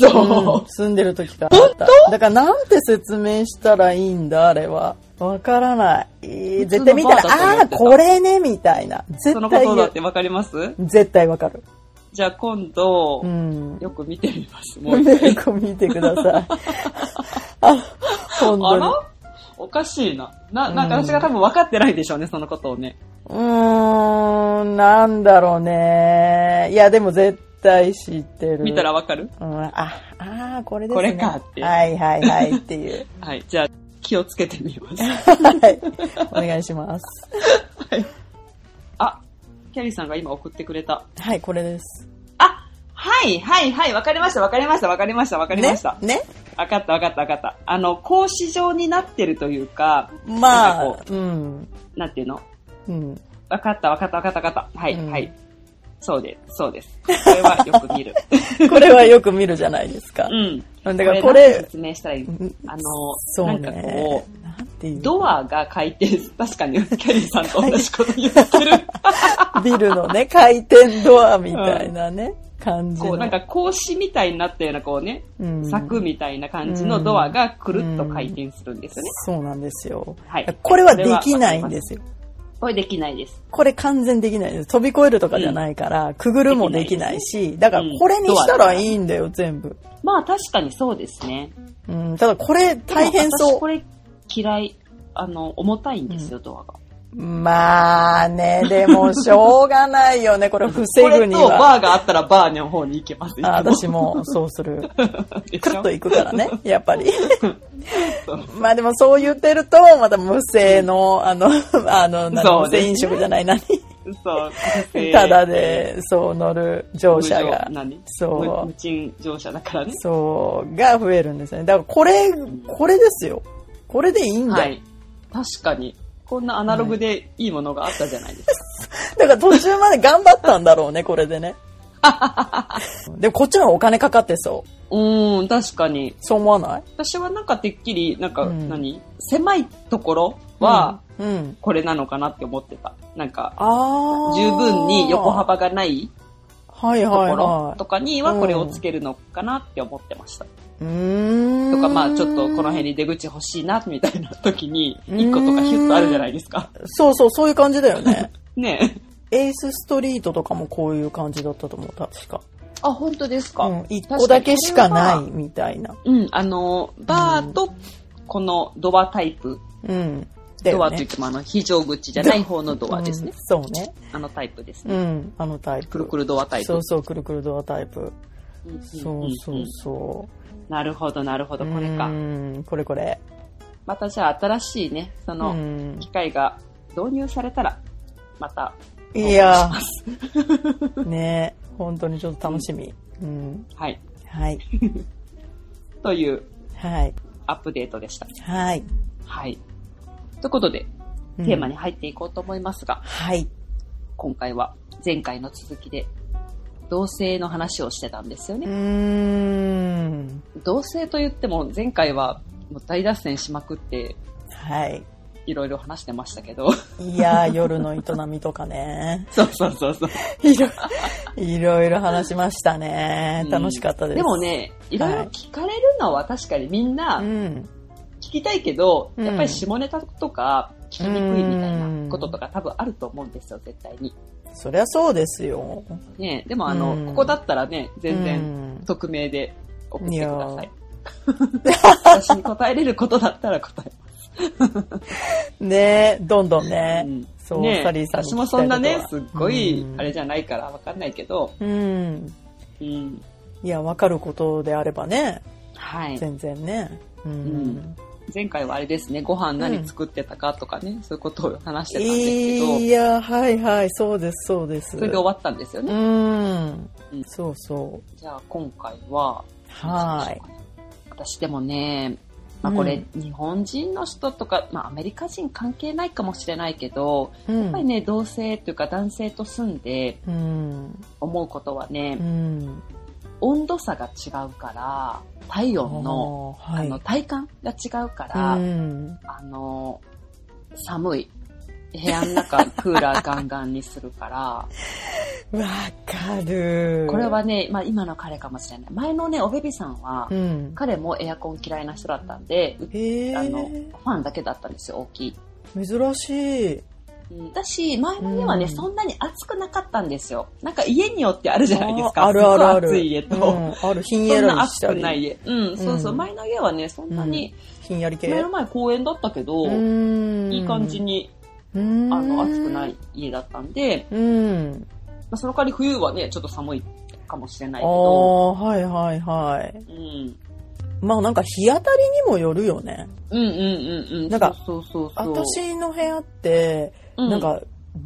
[SPEAKER 1] 嘘、
[SPEAKER 2] うん住んでる時からあった。だからなんて説明したらいいんだ、あれは。わからない。えー
[SPEAKER 1] 普通
[SPEAKER 2] 絶
[SPEAKER 1] の
[SPEAKER 2] 対見たら、
[SPEAKER 1] バーだと思っ
[SPEAKER 2] ああ
[SPEAKER 1] て
[SPEAKER 2] ー、
[SPEAKER 1] た
[SPEAKER 2] これね、みたいな。絶
[SPEAKER 1] そのこ
[SPEAKER 2] 対
[SPEAKER 1] と
[SPEAKER 2] 言う
[SPEAKER 1] だってわかります
[SPEAKER 2] 絶対わかる。
[SPEAKER 1] じゃあ今度、
[SPEAKER 2] うん。
[SPEAKER 1] よく見てみ ます。 もう一
[SPEAKER 2] よく見てください。あ
[SPEAKER 1] 回あ
[SPEAKER 2] 本当に
[SPEAKER 1] ら。おかしいな。な、なんか私が多分分かってないんでしょうね、そのことをね。
[SPEAKER 2] うーん、なんだろうね。いや、でも絶対知ってる。
[SPEAKER 1] 見たら分かる
[SPEAKER 2] うん、あ、あーこれです
[SPEAKER 1] これ
[SPEAKER 2] ね。
[SPEAKER 1] かっていう
[SPEAKER 2] はいはいはいっていう。
[SPEAKER 1] はい。じゃあ、気をつけてみます。
[SPEAKER 2] はい。お願いします。
[SPEAKER 1] あ、キャリーさんが今送ってくれた。
[SPEAKER 2] はい、これです。
[SPEAKER 1] あ、はい、はい、はい。わかりました、わかりました、わかりました、わかりました。わ、
[SPEAKER 2] ね。ね
[SPEAKER 1] かった、わかった、わかった。あの、格子状になってるというか、な
[SPEAKER 2] ま
[SPEAKER 1] ん
[SPEAKER 2] あ
[SPEAKER 1] かこ、
[SPEAKER 2] うん。
[SPEAKER 1] なんていうの
[SPEAKER 2] うん。
[SPEAKER 1] わかった、わかった、わかった、わかった。はい、
[SPEAKER 2] うん
[SPEAKER 1] はい。そうです、そうです。これはよく見 る。
[SPEAKER 2] これはよく見るじゃないですか
[SPEAKER 1] う。ん。
[SPEAKER 2] だから
[SPEAKER 1] こ
[SPEAKER 2] こ
[SPEAKER 1] れ、なんて
[SPEAKER 2] れ、
[SPEAKER 1] 説明したらいい
[SPEAKER 2] うん
[SPEAKER 1] あの、
[SPEAKER 2] そう
[SPEAKER 1] な
[SPEAKER 2] ね。
[SPEAKER 1] んかこう、
[SPEAKER 2] なんていうの
[SPEAKER 1] ドアが回転、 確かにキャリーさんと同じこと言 ってる。
[SPEAKER 2] ビルのね、回転ドアみたいなね、感じの。
[SPEAKER 1] こう、なんか格子みたいになったような、こうね、
[SPEAKER 2] うん
[SPEAKER 1] 柵みたいな感じのドアがくるっと回転するんですよね。
[SPEAKER 2] そうなんですよ。
[SPEAKER 1] はい。
[SPEAKER 2] これはできないんですよ。
[SPEAKER 1] これできないです。
[SPEAKER 2] これ完全できないです。飛び越えるとかじゃないから、くぐるもできないし、だからこれにしたらいいんだよ、全部。
[SPEAKER 1] まあ確かにそうですね。
[SPEAKER 2] うん、ただこれ大変
[SPEAKER 1] でも
[SPEAKER 2] そ
[SPEAKER 1] 私これ嫌い。あの、重たいんですよ、ドアが。
[SPEAKER 2] う。まあね、でもしょうがないよね、これ防
[SPEAKER 1] こ
[SPEAKER 2] ぐ
[SPEAKER 1] れ
[SPEAKER 2] に
[SPEAKER 1] と
[SPEAKER 2] は。
[SPEAKER 1] バーがあったらバーの方に行けます。いつも
[SPEAKER 2] あ私もそうする。
[SPEAKER 1] でし
[SPEAKER 2] く
[SPEAKER 1] ょ
[SPEAKER 2] るっといくからね、やっぱり。
[SPEAKER 1] そう
[SPEAKER 2] まあでもそう言ってると、また無声の、あの、あの、何
[SPEAKER 1] そう
[SPEAKER 2] 無
[SPEAKER 1] です
[SPEAKER 2] 声
[SPEAKER 1] ね
[SPEAKER 2] 飲食じゃない、何
[SPEAKER 1] そう。
[SPEAKER 2] ただで、そう乗る乗車が
[SPEAKER 1] 無乗何、
[SPEAKER 2] そ
[SPEAKER 1] 無無
[SPEAKER 2] う、
[SPEAKER 1] 賃乗車だからね。
[SPEAKER 2] そう、が増えるんですよね。だからこれ、これですよ。これでいいんだよ。
[SPEAKER 1] はい。確かに。こんなアナログでいいものがあったじゃないですか。
[SPEAKER 2] だから途中まで頑張ったんだろうね、これ でね。でもこっちの方がお金かかってそう。
[SPEAKER 1] うーん、確かに。
[SPEAKER 2] そう思わない
[SPEAKER 1] 私はなんかてっきり、なんか
[SPEAKER 2] うん
[SPEAKER 1] 何、狭いところは、、
[SPEAKER 2] うん。うん
[SPEAKER 1] これなのかなって思ってた。なんか、
[SPEAKER 2] ああ。
[SPEAKER 1] 十分に横。幅がない
[SPEAKER 2] はい
[SPEAKER 1] とこ
[SPEAKER 2] は
[SPEAKER 1] ろ
[SPEAKER 2] いは
[SPEAKER 1] とかにはこれをつけるのかなって思ってました。
[SPEAKER 2] い。うー
[SPEAKER 1] と
[SPEAKER 2] ん。
[SPEAKER 1] か、まあちょっとこの辺に出口欲しいな、みたいな時に、一個とかヒュッとあるじゃないですか。
[SPEAKER 2] そうそう、そういう感じだよね。
[SPEAKER 1] ね
[SPEAKER 2] エースストリートとかもこういう感じだったと思う、確か。
[SPEAKER 1] え。あ、本当ですか。
[SPEAKER 2] うん、1個だけしかないみたいな。
[SPEAKER 1] うん、あの、バーと、このドアタイプ、
[SPEAKER 2] うん。
[SPEAKER 1] ドアといってもあの、非常口じゃない方のドアですね。
[SPEAKER 2] うんそうね。
[SPEAKER 1] あのタイプですね。
[SPEAKER 2] うん。あのタイプ。
[SPEAKER 1] くるくるドアタイプ。
[SPEAKER 2] そうそう、くるくるドアタイプ。
[SPEAKER 1] うん
[SPEAKER 2] そうそうそ
[SPEAKER 1] なるほど、なるほ
[SPEAKER 2] う。
[SPEAKER 1] ど、これ
[SPEAKER 2] う
[SPEAKER 1] か。
[SPEAKER 2] ん、これこれ。
[SPEAKER 1] またじゃあ、新しいね、そうの、
[SPEAKER 2] ん。
[SPEAKER 1] 機械が導入されたら、また、
[SPEAKER 2] いやーね本当にちょっと楽しみ。うん。
[SPEAKER 1] はい、
[SPEAKER 2] はい。
[SPEAKER 1] という
[SPEAKER 2] はい。
[SPEAKER 1] アップデートでした。
[SPEAKER 2] はい。
[SPEAKER 1] はい。ということで、
[SPEAKER 2] うん
[SPEAKER 1] テーマに。入っていこうと思いますが、
[SPEAKER 2] はい。
[SPEAKER 1] 今回は前回の続きで、同性の話をしてたんですよ
[SPEAKER 2] う
[SPEAKER 1] ね。
[SPEAKER 2] ーん。
[SPEAKER 1] 同性と言っても、前回はもう大脱線しまくって、
[SPEAKER 2] はい。
[SPEAKER 1] いろいろ話してましたけ ど、
[SPEAKER 2] いや ー、夜の営みとかね。
[SPEAKER 1] そうそうそうそう。
[SPEAKER 2] いろ、いろいろ話しましたね
[SPEAKER 1] う。ん
[SPEAKER 2] 楽しかったです。
[SPEAKER 1] でも、ね、いろいろ聞かれるのは確かにみんな
[SPEAKER 2] うん。
[SPEAKER 1] 聞きたいけど、
[SPEAKER 2] うん
[SPEAKER 1] やっぱり下ネタとか聞きにくいみたいなこととか多分あると思うんですよ、絶対に。
[SPEAKER 2] そりゃそうですよ。
[SPEAKER 1] ねでもあの、
[SPEAKER 2] うん
[SPEAKER 1] ここだったらね、全然
[SPEAKER 2] 然。
[SPEAKER 1] 匿名で送ってください
[SPEAKER 2] い。
[SPEAKER 1] 私に答えれることだったら答え
[SPEAKER 2] ねどんどんね。
[SPEAKER 1] うん
[SPEAKER 2] そう、
[SPEAKER 1] ね
[SPEAKER 2] サリーさんに
[SPEAKER 1] 私
[SPEAKER 2] 聞
[SPEAKER 1] も
[SPEAKER 2] きた
[SPEAKER 1] そ
[SPEAKER 2] い
[SPEAKER 1] ん
[SPEAKER 2] こと
[SPEAKER 1] な
[SPEAKER 2] は
[SPEAKER 1] ね、すっごい、あれ
[SPEAKER 2] じ
[SPEAKER 1] じゃないからわかんないけど、
[SPEAKER 2] ゃん。うん。
[SPEAKER 1] うん。
[SPEAKER 2] いや、わかることであればね、
[SPEAKER 1] はい。
[SPEAKER 2] 全然ね。うん。
[SPEAKER 1] うん前回はあれですね、ご飯何作ってたかとかね、そういうことを話してたんですけど、
[SPEAKER 2] いや、はいはい、そうです、そうです。
[SPEAKER 1] それで終わったんですよね。
[SPEAKER 2] うん
[SPEAKER 1] うん。
[SPEAKER 2] そうそ
[SPEAKER 1] じゃあ今回は、
[SPEAKER 2] う。はい。
[SPEAKER 1] 私でもね、まあ、これ、日本人の人とか、まあ、アメリカ人関係ないかもしれないけど、
[SPEAKER 2] や
[SPEAKER 1] やっぱりね、同性というか男性と住んで
[SPEAKER 2] うん。
[SPEAKER 1] 思うことはね
[SPEAKER 2] う、ん。
[SPEAKER 1] 温度差が違うから、体温の、
[SPEAKER 2] あーは
[SPEAKER 1] あ
[SPEAKER 2] い
[SPEAKER 1] の体感が違うから、
[SPEAKER 2] うん
[SPEAKER 1] あの、寒い。部屋の中、クーラーガンガンにするから、
[SPEAKER 2] わかる。
[SPEAKER 1] これはね、まあ今の彼かもしれない。前のね、おべびさんは、
[SPEAKER 2] うん。
[SPEAKER 1] 彼もエアコン嫌いな人だったんで、う
[SPEAKER 2] へえ
[SPEAKER 1] あの、ファンだけだったんですよ、大きい。
[SPEAKER 2] 珍しい。
[SPEAKER 1] うんだし、前の家はね、
[SPEAKER 2] うん
[SPEAKER 1] そんなに暑くなかったんですよ。なんか家によってあるじゃないですか。
[SPEAKER 2] あるあるある。
[SPEAKER 1] すごい暑い家と、
[SPEAKER 2] うんある、ひん
[SPEAKER 1] そん
[SPEAKER 2] やり
[SPEAKER 1] な
[SPEAKER 2] し
[SPEAKER 1] 暑
[SPEAKER 2] た
[SPEAKER 1] くない
[SPEAKER 2] り。
[SPEAKER 1] 家。うん、そうそう。
[SPEAKER 2] うん
[SPEAKER 1] 前の家はね、そんなに、
[SPEAKER 2] ひんやり系。
[SPEAKER 1] 目の前公園だったけど、
[SPEAKER 2] うん
[SPEAKER 1] いい感じ。に、
[SPEAKER 2] うん
[SPEAKER 1] あの、暑くない。家だったんで、
[SPEAKER 2] うん。
[SPEAKER 1] まあ、その代わり冬はね、ちょっと寒いかもしれない
[SPEAKER 2] あ
[SPEAKER 1] けど、
[SPEAKER 2] あ、はいはいはい。
[SPEAKER 1] うん。
[SPEAKER 2] まあなんか日当たりにもよるよね。
[SPEAKER 1] うんうんうんうん。
[SPEAKER 2] なんか
[SPEAKER 1] そうそうそうそう。
[SPEAKER 2] 私の部屋って、
[SPEAKER 1] う
[SPEAKER 2] なん、か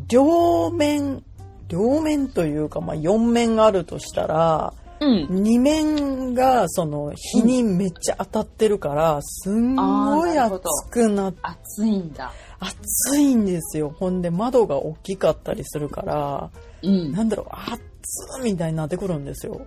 [SPEAKER 2] 両面、両面というか、まあ4面があるとしたら、
[SPEAKER 1] うん。
[SPEAKER 2] 2面がその日にめっちゃ当たってるから、すんごい
[SPEAKER 1] あーなるほ
[SPEAKER 2] 暑
[SPEAKER 1] ど
[SPEAKER 2] くなっ
[SPEAKER 1] 暑いんだ。
[SPEAKER 2] 暑いんですよ。ほんで窓が大きかったりするから、
[SPEAKER 1] うん。
[SPEAKER 2] なんだろう、暑いみたいになってくるんですよ。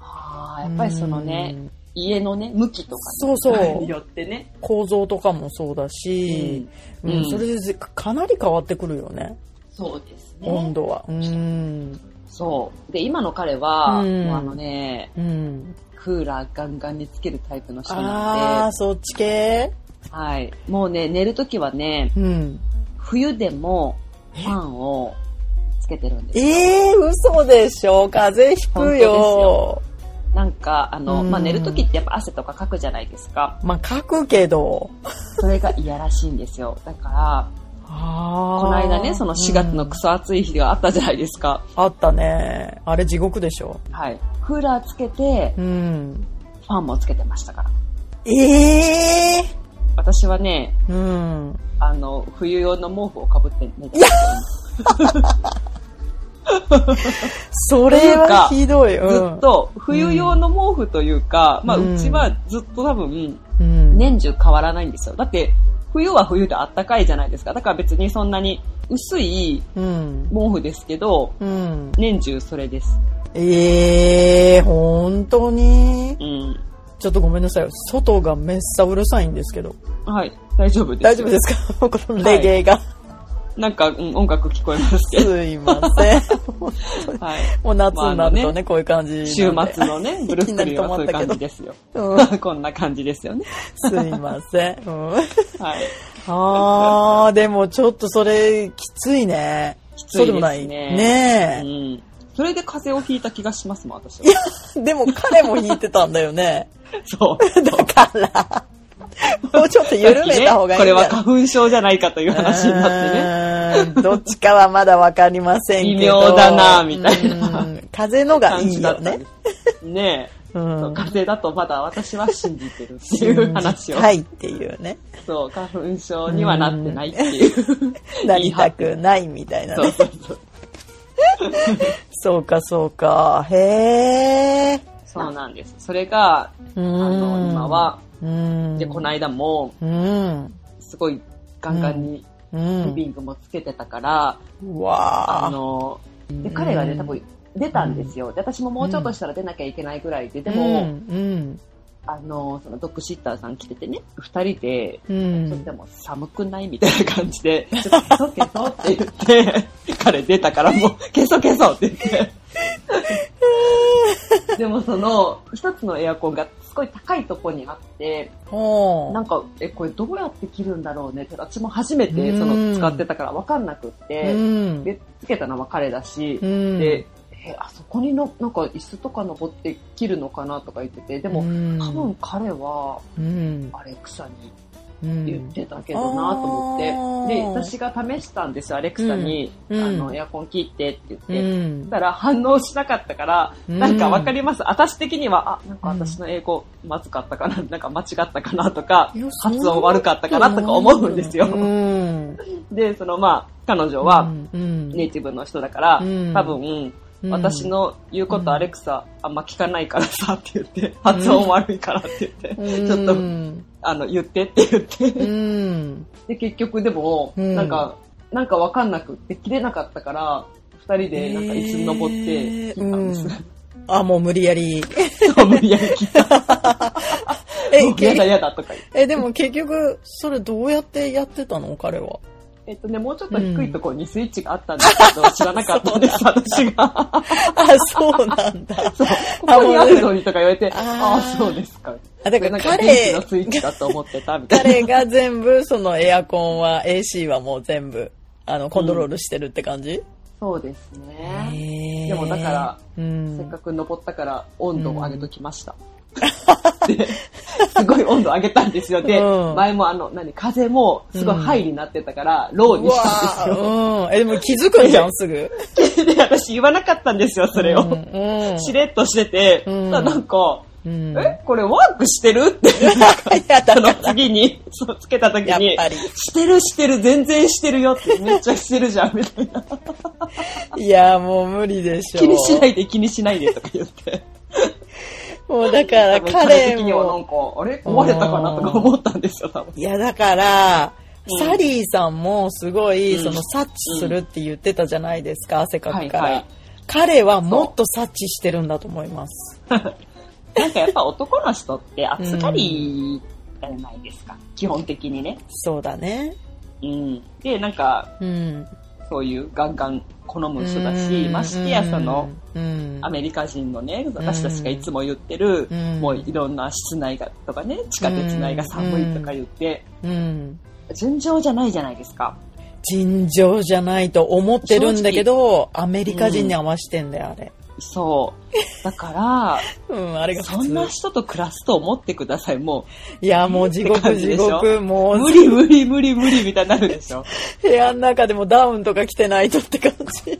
[SPEAKER 1] ああ、やっぱりそのね、
[SPEAKER 2] うん
[SPEAKER 1] 家のね、向きとか、ね、
[SPEAKER 2] そうそう
[SPEAKER 1] によってね。
[SPEAKER 2] 構造とかもそうだし、
[SPEAKER 1] うん
[SPEAKER 2] うん
[SPEAKER 1] うん
[SPEAKER 2] それでかかなり変わってくるよね、
[SPEAKER 1] そうです
[SPEAKER 2] 温
[SPEAKER 1] ね。
[SPEAKER 2] 度は。うん。
[SPEAKER 1] そう。で、今の彼は、
[SPEAKER 2] うん
[SPEAKER 1] もうあのね、
[SPEAKER 2] うん。
[SPEAKER 1] クーラーガンガンにつけるタイプの人
[SPEAKER 2] あ
[SPEAKER 1] な
[SPEAKER 2] あ、
[SPEAKER 1] んで、
[SPEAKER 2] そっち系
[SPEAKER 1] はい。もうね、寝るときはね、
[SPEAKER 2] うん。
[SPEAKER 1] 冬でもファンをつけてるんです。
[SPEAKER 2] ええー、嘘でしょ風邪ひくよ。
[SPEAKER 1] なんか、あの、
[SPEAKER 2] うん
[SPEAKER 1] まあ、寝るときってやっぱ汗とかかくじゃないですか。
[SPEAKER 2] まあ、書くけど。
[SPEAKER 1] それがいやらしいんですよ。だから、
[SPEAKER 2] あ
[SPEAKER 1] この間ね、その4月のク
[SPEAKER 2] 草
[SPEAKER 1] ソ暑い日があったじゃないですか。
[SPEAKER 2] あったね。あれ地獄でしょ。
[SPEAKER 1] はい。クーラーつけて
[SPEAKER 2] う、ん。
[SPEAKER 1] ファンもつけてましたから。
[SPEAKER 2] ええ
[SPEAKER 1] 私はね、
[SPEAKER 2] ー。うん。
[SPEAKER 1] あの、冬用の毛布をかぶって寝てました
[SPEAKER 2] それはひどい。う
[SPEAKER 1] ず
[SPEAKER 2] ん
[SPEAKER 1] っ、と冬用の毛布というか、まあ
[SPEAKER 2] うん
[SPEAKER 1] うちはずっと多分
[SPEAKER 2] うん、
[SPEAKER 1] 年中変わらないんですよ。だって冬は冬で暖かいじゃないですか。だから別にそんなに薄い
[SPEAKER 2] うん。
[SPEAKER 1] 毛布ですけど、
[SPEAKER 2] うん。
[SPEAKER 1] 年中それです。
[SPEAKER 2] ええー、本当に
[SPEAKER 1] うん。
[SPEAKER 2] ちょっとごめんなさい。外がめっさうるさいんですけど。
[SPEAKER 1] はい。大丈夫です。
[SPEAKER 2] 大丈夫です かこのレゲエが。
[SPEAKER 1] す。なんか、うん、音楽聞こえますけど。
[SPEAKER 2] すいませ ん。
[SPEAKER 1] はい。
[SPEAKER 2] もう夏になる
[SPEAKER 1] まああの
[SPEAKER 2] とね、こういう感じなんで。
[SPEAKER 1] 週末の ね、ブルックリンはそういう感じですよ。
[SPEAKER 2] うん。
[SPEAKER 1] こんな感じですよね。
[SPEAKER 2] すいません。 うん、
[SPEAKER 1] はい。
[SPEAKER 2] あー、でもちょっとそれ、きついね。
[SPEAKER 1] きついですね
[SPEAKER 2] そうでもない。ね
[SPEAKER 1] うん。それで風邪をひいた気がしますもん、 私は。
[SPEAKER 2] でも彼も引いてたんだよね。
[SPEAKER 1] そう。
[SPEAKER 2] だから、もうちょっと緩めた方が
[SPEAKER 1] こ
[SPEAKER 2] いいんだ
[SPEAKER 1] れ
[SPEAKER 2] よ
[SPEAKER 1] は花粉症じゃないかという話にな ってね。
[SPEAKER 2] うーんどっちかはまだわかりませんけど。
[SPEAKER 1] 微妙だなみたいな
[SPEAKER 2] うん。風のがい
[SPEAKER 1] 感じ
[SPEAKER 2] い
[SPEAKER 1] だ
[SPEAKER 2] よ
[SPEAKER 1] ったん
[SPEAKER 2] ね
[SPEAKER 1] で。す。ねえ。そ
[SPEAKER 2] う。
[SPEAKER 1] うん風邪だとまだ私は信じてるっていう話を。
[SPEAKER 2] はいっていうね。
[SPEAKER 1] そう、花粉症にはなってないっていう。
[SPEAKER 2] なりたくないみたいな
[SPEAKER 1] そう
[SPEAKER 2] ね。
[SPEAKER 1] そうそう。
[SPEAKER 2] そうかそうか。へえ。
[SPEAKER 1] そうなんです。それが、
[SPEAKER 2] う
[SPEAKER 1] あ
[SPEAKER 2] ん
[SPEAKER 1] の、今。は、
[SPEAKER 2] うん。
[SPEAKER 1] で、この間も、
[SPEAKER 2] うん。
[SPEAKER 1] すごいガンガンに
[SPEAKER 2] う
[SPEAKER 1] リビ
[SPEAKER 2] ん。
[SPEAKER 1] ングもつけてたから、
[SPEAKER 2] うわ
[SPEAKER 1] あ
[SPEAKER 2] あ。
[SPEAKER 1] の、で
[SPEAKER 2] うん
[SPEAKER 1] 彼がね、多分出たんですよ。で私ももうちょっとしたら出なきゃいけないぐらいで、でも、
[SPEAKER 2] うん。
[SPEAKER 1] あの、そのドッグシッターさん来ててね、二人で、ちょ
[SPEAKER 2] う
[SPEAKER 1] っと
[SPEAKER 2] ん
[SPEAKER 1] で。も寒くないみたいな感じで、 ちょっと消そう消そうって言って、 彼出たからもう 消そう消そうって言って。でもその、一つのエアコンがすごい高いとこにあって、
[SPEAKER 2] ほ
[SPEAKER 1] なんか、え、これどうやって切るんだろうねって、私も初めてそうの
[SPEAKER 2] ん
[SPEAKER 1] 使ってたからわかんなくっ
[SPEAKER 2] う
[SPEAKER 1] て、
[SPEAKER 2] ん。
[SPEAKER 1] で、つけたのは彼だし
[SPEAKER 2] う、ん、
[SPEAKER 1] で、え、あそこにの、なんか椅子とか登って切るのかなとか言ってて、で
[SPEAKER 2] で
[SPEAKER 1] も、多
[SPEAKER 2] も、
[SPEAKER 1] 分彼は
[SPEAKER 2] うん。
[SPEAKER 1] アレクサに
[SPEAKER 2] うん
[SPEAKER 1] 言ってたけどなと思って、で
[SPEAKER 2] うん
[SPEAKER 1] 私が試したんですよアレクサに、
[SPEAKER 2] うん
[SPEAKER 1] あのエアコン切ってって言っ
[SPEAKER 2] う
[SPEAKER 1] て、そし
[SPEAKER 2] ん
[SPEAKER 1] たら反応しなかったから、なんかわかります私的にはあなんか
[SPEAKER 2] うん
[SPEAKER 1] 私の英語まずかったかななんか間違ったかなとか
[SPEAKER 2] いや
[SPEAKER 1] 発音悪かったかなとか思うんですよ、
[SPEAKER 2] うん。
[SPEAKER 1] でそのまあ彼女は
[SPEAKER 2] うん、
[SPEAKER 1] ネイティブの人だから、
[SPEAKER 2] うん
[SPEAKER 1] 多分
[SPEAKER 2] うん
[SPEAKER 1] 私、の言うこ
[SPEAKER 2] う
[SPEAKER 1] と
[SPEAKER 2] ん
[SPEAKER 1] アレクサあんま聞かないからさって言って、発音悪いからって言って、
[SPEAKER 2] ち
[SPEAKER 1] ちょっと
[SPEAKER 2] うん。
[SPEAKER 1] あの、言ってって言って、
[SPEAKER 2] うん
[SPEAKER 1] で、結局でも、
[SPEAKER 2] うん
[SPEAKER 1] なんか、なんかわかんなくて、切れなかったから、二人でなんか椅子に登って切ったんです。
[SPEAKER 2] あ、もう無理やり。
[SPEAKER 1] そう無理やり切った。
[SPEAKER 2] え、
[SPEAKER 1] 嫌だ
[SPEAKER 2] け
[SPEAKER 1] 嫌だとか言って。
[SPEAKER 2] え、でも結局、それどうやってやってたの彼は。
[SPEAKER 1] えっとね、もうちょっと低いところにスイッチがあったんですけ ど、知らなかったんです、私が。
[SPEAKER 2] あ、そうなん だ。
[SPEAKER 1] ここにあるのにとか言われて、あ
[SPEAKER 2] あー
[SPEAKER 1] あ、そうですか。
[SPEAKER 2] あ、だか
[SPEAKER 1] なん
[SPEAKER 2] ら
[SPEAKER 1] か電気
[SPEAKER 2] 彼
[SPEAKER 1] の、スイッチだと思ってたみたいな。
[SPEAKER 2] 彼が全部、そのエアコンは、AC はもう全部、あの、コントロールしてるって感じ、
[SPEAKER 1] そうですね。
[SPEAKER 2] へー
[SPEAKER 1] でもだから、
[SPEAKER 2] うん、
[SPEAKER 1] せっかく登ったから温度を上げときました。ですごい温度上げたんですよ。で、
[SPEAKER 2] うん
[SPEAKER 1] 前もあの、何、風もすごいハイになってたから、ローにしたんですよ。
[SPEAKER 2] うわーうん。え、でも気づくんじゃん、すぐ。
[SPEAKER 1] で、私言わなかったんですよ、それを。
[SPEAKER 2] うんうん
[SPEAKER 1] しれっとしてて、
[SPEAKER 2] うん
[SPEAKER 1] ただなんか、
[SPEAKER 2] うん
[SPEAKER 1] え、これワークしてるって、
[SPEAKER 2] いや、だ
[SPEAKER 1] あの
[SPEAKER 2] か、
[SPEAKER 1] 次に、そう、つけた時
[SPEAKER 2] ら、やっ
[SPEAKER 1] に、
[SPEAKER 2] ぱり。
[SPEAKER 1] してるしてる、全然してるよって、めっちゃしてるじゃん、みたいな。
[SPEAKER 2] いや、もう無理でしょ。
[SPEAKER 1] 気にしないで、気にしないでとか言って。
[SPEAKER 2] もうだか
[SPEAKER 1] 多
[SPEAKER 2] ら、
[SPEAKER 1] 分彼
[SPEAKER 2] 彼
[SPEAKER 1] 的にはなん
[SPEAKER 2] も。
[SPEAKER 1] か、あれ壊れたかなとか思ったんですよ、多分。
[SPEAKER 2] いや、だから、
[SPEAKER 1] うん
[SPEAKER 2] サリーさんもすごい、
[SPEAKER 1] うん
[SPEAKER 2] その察知するって言ってたじゃないですか、汗かくから。
[SPEAKER 1] はいはい
[SPEAKER 2] 彼はもっと察知してるんだと思います。
[SPEAKER 1] なんかやっぱ男の人って暑がりじゃないですか、基本的にね。
[SPEAKER 2] そうだね。
[SPEAKER 1] うん。で、なんか、
[SPEAKER 2] うん。
[SPEAKER 1] そういうガンガン好む人だし、ましてやその、、
[SPEAKER 2] うん。
[SPEAKER 1] アメリカ人のね、私たちがいつも言ってる、
[SPEAKER 2] うん
[SPEAKER 1] もういろんな室内がとかね、地下鉄内が寒いとか言って、
[SPEAKER 2] うん。
[SPEAKER 1] 尋常じゃないじゃないですか。
[SPEAKER 2] 尋常じゃないと思ってるんだけど、アメリカ人に合わしてんだよ、あれ。
[SPEAKER 1] そう。だ か
[SPEAKER 2] うん、あれ
[SPEAKER 1] ら、
[SPEAKER 2] が
[SPEAKER 1] そ
[SPEAKER 2] 普
[SPEAKER 1] ん
[SPEAKER 2] 通
[SPEAKER 1] な。人と暮らすと思ってください。も
[SPEAKER 2] いや、もう地
[SPEAKER 1] って
[SPEAKER 2] 獄
[SPEAKER 1] 感じ
[SPEAKER 2] 地
[SPEAKER 1] でしょ
[SPEAKER 2] 獄、も
[SPEAKER 1] う、
[SPEAKER 2] う
[SPEAKER 1] 無理無理無理無理みたいになるでしょ。
[SPEAKER 2] 部屋の中でもダウンとか着てないとって感じ。
[SPEAKER 1] い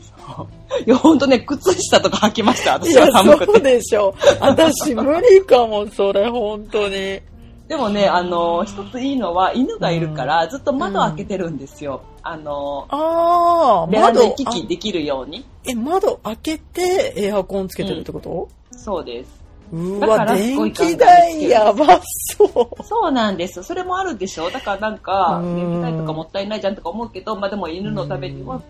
[SPEAKER 1] や、ほんとね、靴下とか履きました、
[SPEAKER 2] い
[SPEAKER 1] 私
[SPEAKER 2] や
[SPEAKER 1] は、寒くて
[SPEAKER 2] そう。でしょ。私無理かも、それ、本当に。
[SPEAKER 1] でもね、あの、一ついいのは、犬がいるから、ずっと窓開けてるんですよ。あの、
[SPEAKER 2] あー、
[SPEAKER 1] ベランダ行
[SPEAKER 2] 窓
[SPEAKER 1] き
[SPEAKER 2] あ
[SPEAKER 1] 来できるように。
[SPEAKER 2] え、窓開けてエアコンつけてるってこと、
[SPEAKER 1] そうです。
[SPEAKER 2] う
[SPEAKER 1] だ
[SPEAKER 2] わ、
[SPEAKER 1] からすごいガンガンつ
[SPEAKER 2] 電気
[SPEAKER 1] け
[SPEAKER 2] 代
[SPEAKER 1] る
[SPEAKER 2] やばそう。
[SPEAKER 1] そうなんです。それもあるでしょだからなんか、
[SPEAKER 2] うん
[SPEAKER 1] 電気代とかもったいないじゃんとか思うけど、まあでも犬のために
[SPEAKER 2] うん
[SPEAKER 1] は、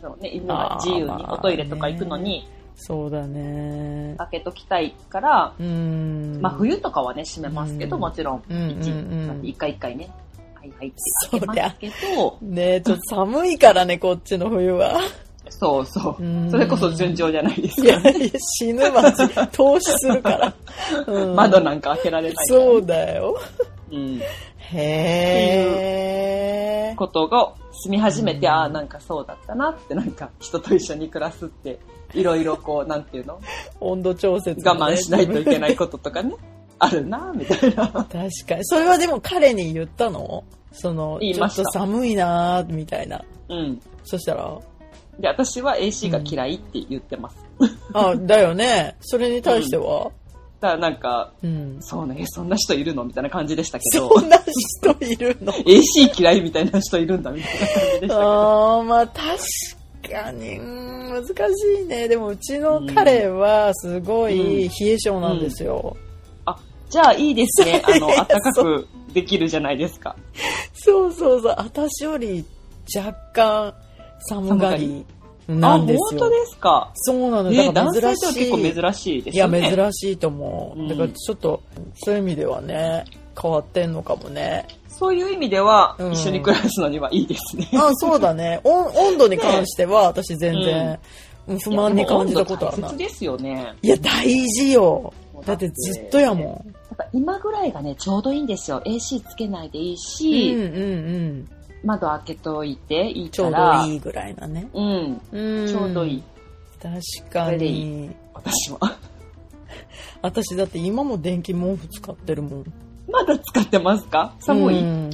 [SPEAKER 1] そうね、犬が自由
[SPEAKER 2] あー
[SPEAKER 1] に
[SPEAKER 2] まあ
[SPEAKER 1] おトイレとか行くのに、
[SPEAKER 2] そうだね。
[SPEAKER 1] 開けときたいから、
[SPEAKER 2] うーん。
[SPEAKER 1] まあ冬とかはね、閉めますけど、
[SPEAKER 2] うん
[SPEAKER 1] もちろん、
[SPEAKER 2] うんうんうん
[SPEAKER 1] 一、なんで一回一回ね、はいはいって開けますけど、
[SPEAKER 2] ねえ、ちょっと寒いからね、こっちの冬は。
[SPEAKER 1] そうそうう。
[SPEAKER 2] ん
[SPEAKER 1] それこそ順調じゃないです
[SPEAKER 2] い
[SPEAKER 1] か
[SPEAKER 2] や。いや、死ぬまで 投資するから。うん
[SPEAKER 1] 窓なんか開けられないから。
[SPEAKER 2] そうだよ。
[SPEAKER 1] うん。
[SPEAKER 2] へえ。
[SPEAKER 1] ことが住み始めて、
[SPEAKER 2] うん
[SPEAKER 1] ああなんかそうだったなってなんか人と一緒に暮らすっていろいろこうなんて いうの
[SPEAKER 2] 温度調節、
[SPEAKER 1] 我慢しないといけ
[SPEAKER 2] い。
[SPEAKER 1] ないこととかね あるなみたいな
[SPEAKER 2] 確かに。それはでも彼に言ったのその、
[SPEAKER 1] 言い
[SPEAKER 2] ちょ
[SPEAKER 1] ま
[SPEAKER 2] っ
[SPEAKER 1] した
[SPEAKER 2] と寒いなーみたいな。
[SPEAKER 1] うん
[SPEAKER 2] そしたら、
[SPEAKER 1] で私は AC が嫌いって言ってます、
[SPEAKER 2] あ、だよね。それに対しては、
[SPEAKER 1] だからなんか
[SPEAKER 2] うん。
[SPEAKER 1] そうねそんな人いるのみたいな感じでしたけど
[SPEAKER 2] そんな人いるの
[SPEAKER 1] AC 嫌いみたいな人いるんだみたいな感じでしたけど
[SPEAKER 2] あーまあ確かにうん難しいねでもうちの彼はすごい冷え性なんですよ、
[SPEAKER 1] じゃあいいです ねあの
[SPEAKER 2] いや
[SPEAKER 1] 暖かくできるじゃないですか
[SPEAKER 2] そうそうそう私より若干寒がりなんです
[SPEAKER 1] あ本当
[SPEAKER 2] よ
[SPEAKER 1] ですか
[SPEAKER 2] そうなの
[SPEAKER 1] え
[SPEAKER 2] だか
[SPEAKER 1] 男性で
[SPEAKER 2] ら
[SPEAKER 1] は
[SPEAKER 2] 珍しい,、
[SPEAKER 1] 結構珍しいです
[SPEAKER 2] いや
[SPEAKER 1] よね
[SPEAKER 2] 珍しいと思
[SPEAKER 1] う
[SPEAKER 2] うんだからちょっとそういう意味ではね変わってんのかも ね
[SPEAKER 1] そういう意味では、
[SPEAKER 2] うん
[SPEAKER 1] 一緒に暮らすのにはいいですね。
[SPEAKER 2] あそうだね温温度に関しては私全然うん不満に感じたことは
[SPEAKER 1] 温度
[SPEAKER 2] な
[SPEAKER 1] 大
[SPEAKER 2] い
[SPEAKER 1] 切ですよね。
[SPEAKER 2] いや大事よだってずっとやもん
[SPEAKER 1] だから今ぐらいがね、ちょうどいいんですよ。AC つけないでいい
[SPEAKER 2] うん
[SPEAKER 1] し、
[SPEAKER 2] うんうん、
[SPEAKER 1] 窓開けといていい
[SPEAKER 2] ちょ
[SPEAKER 1] か
[SPEAKER 2] う
[SPEAKER 1] ら。
[SPEAKER 2] どいいぐらいなね、
[SPEAKER 1] うん、
[SPEAKER 2] うん
[SPEAKER 1] ちょうどいい。
[SPEAKER 2] 確か
[SPEAKER 1] これでい
[SPEAKER 2] に
[SPEAKER 1] 私は。
[SPEAKER 2] 私だって今も電気毛布使ってるもん
[SPEAKER 1] まだ使ってますか寒い、
[SPEAKER 2] うん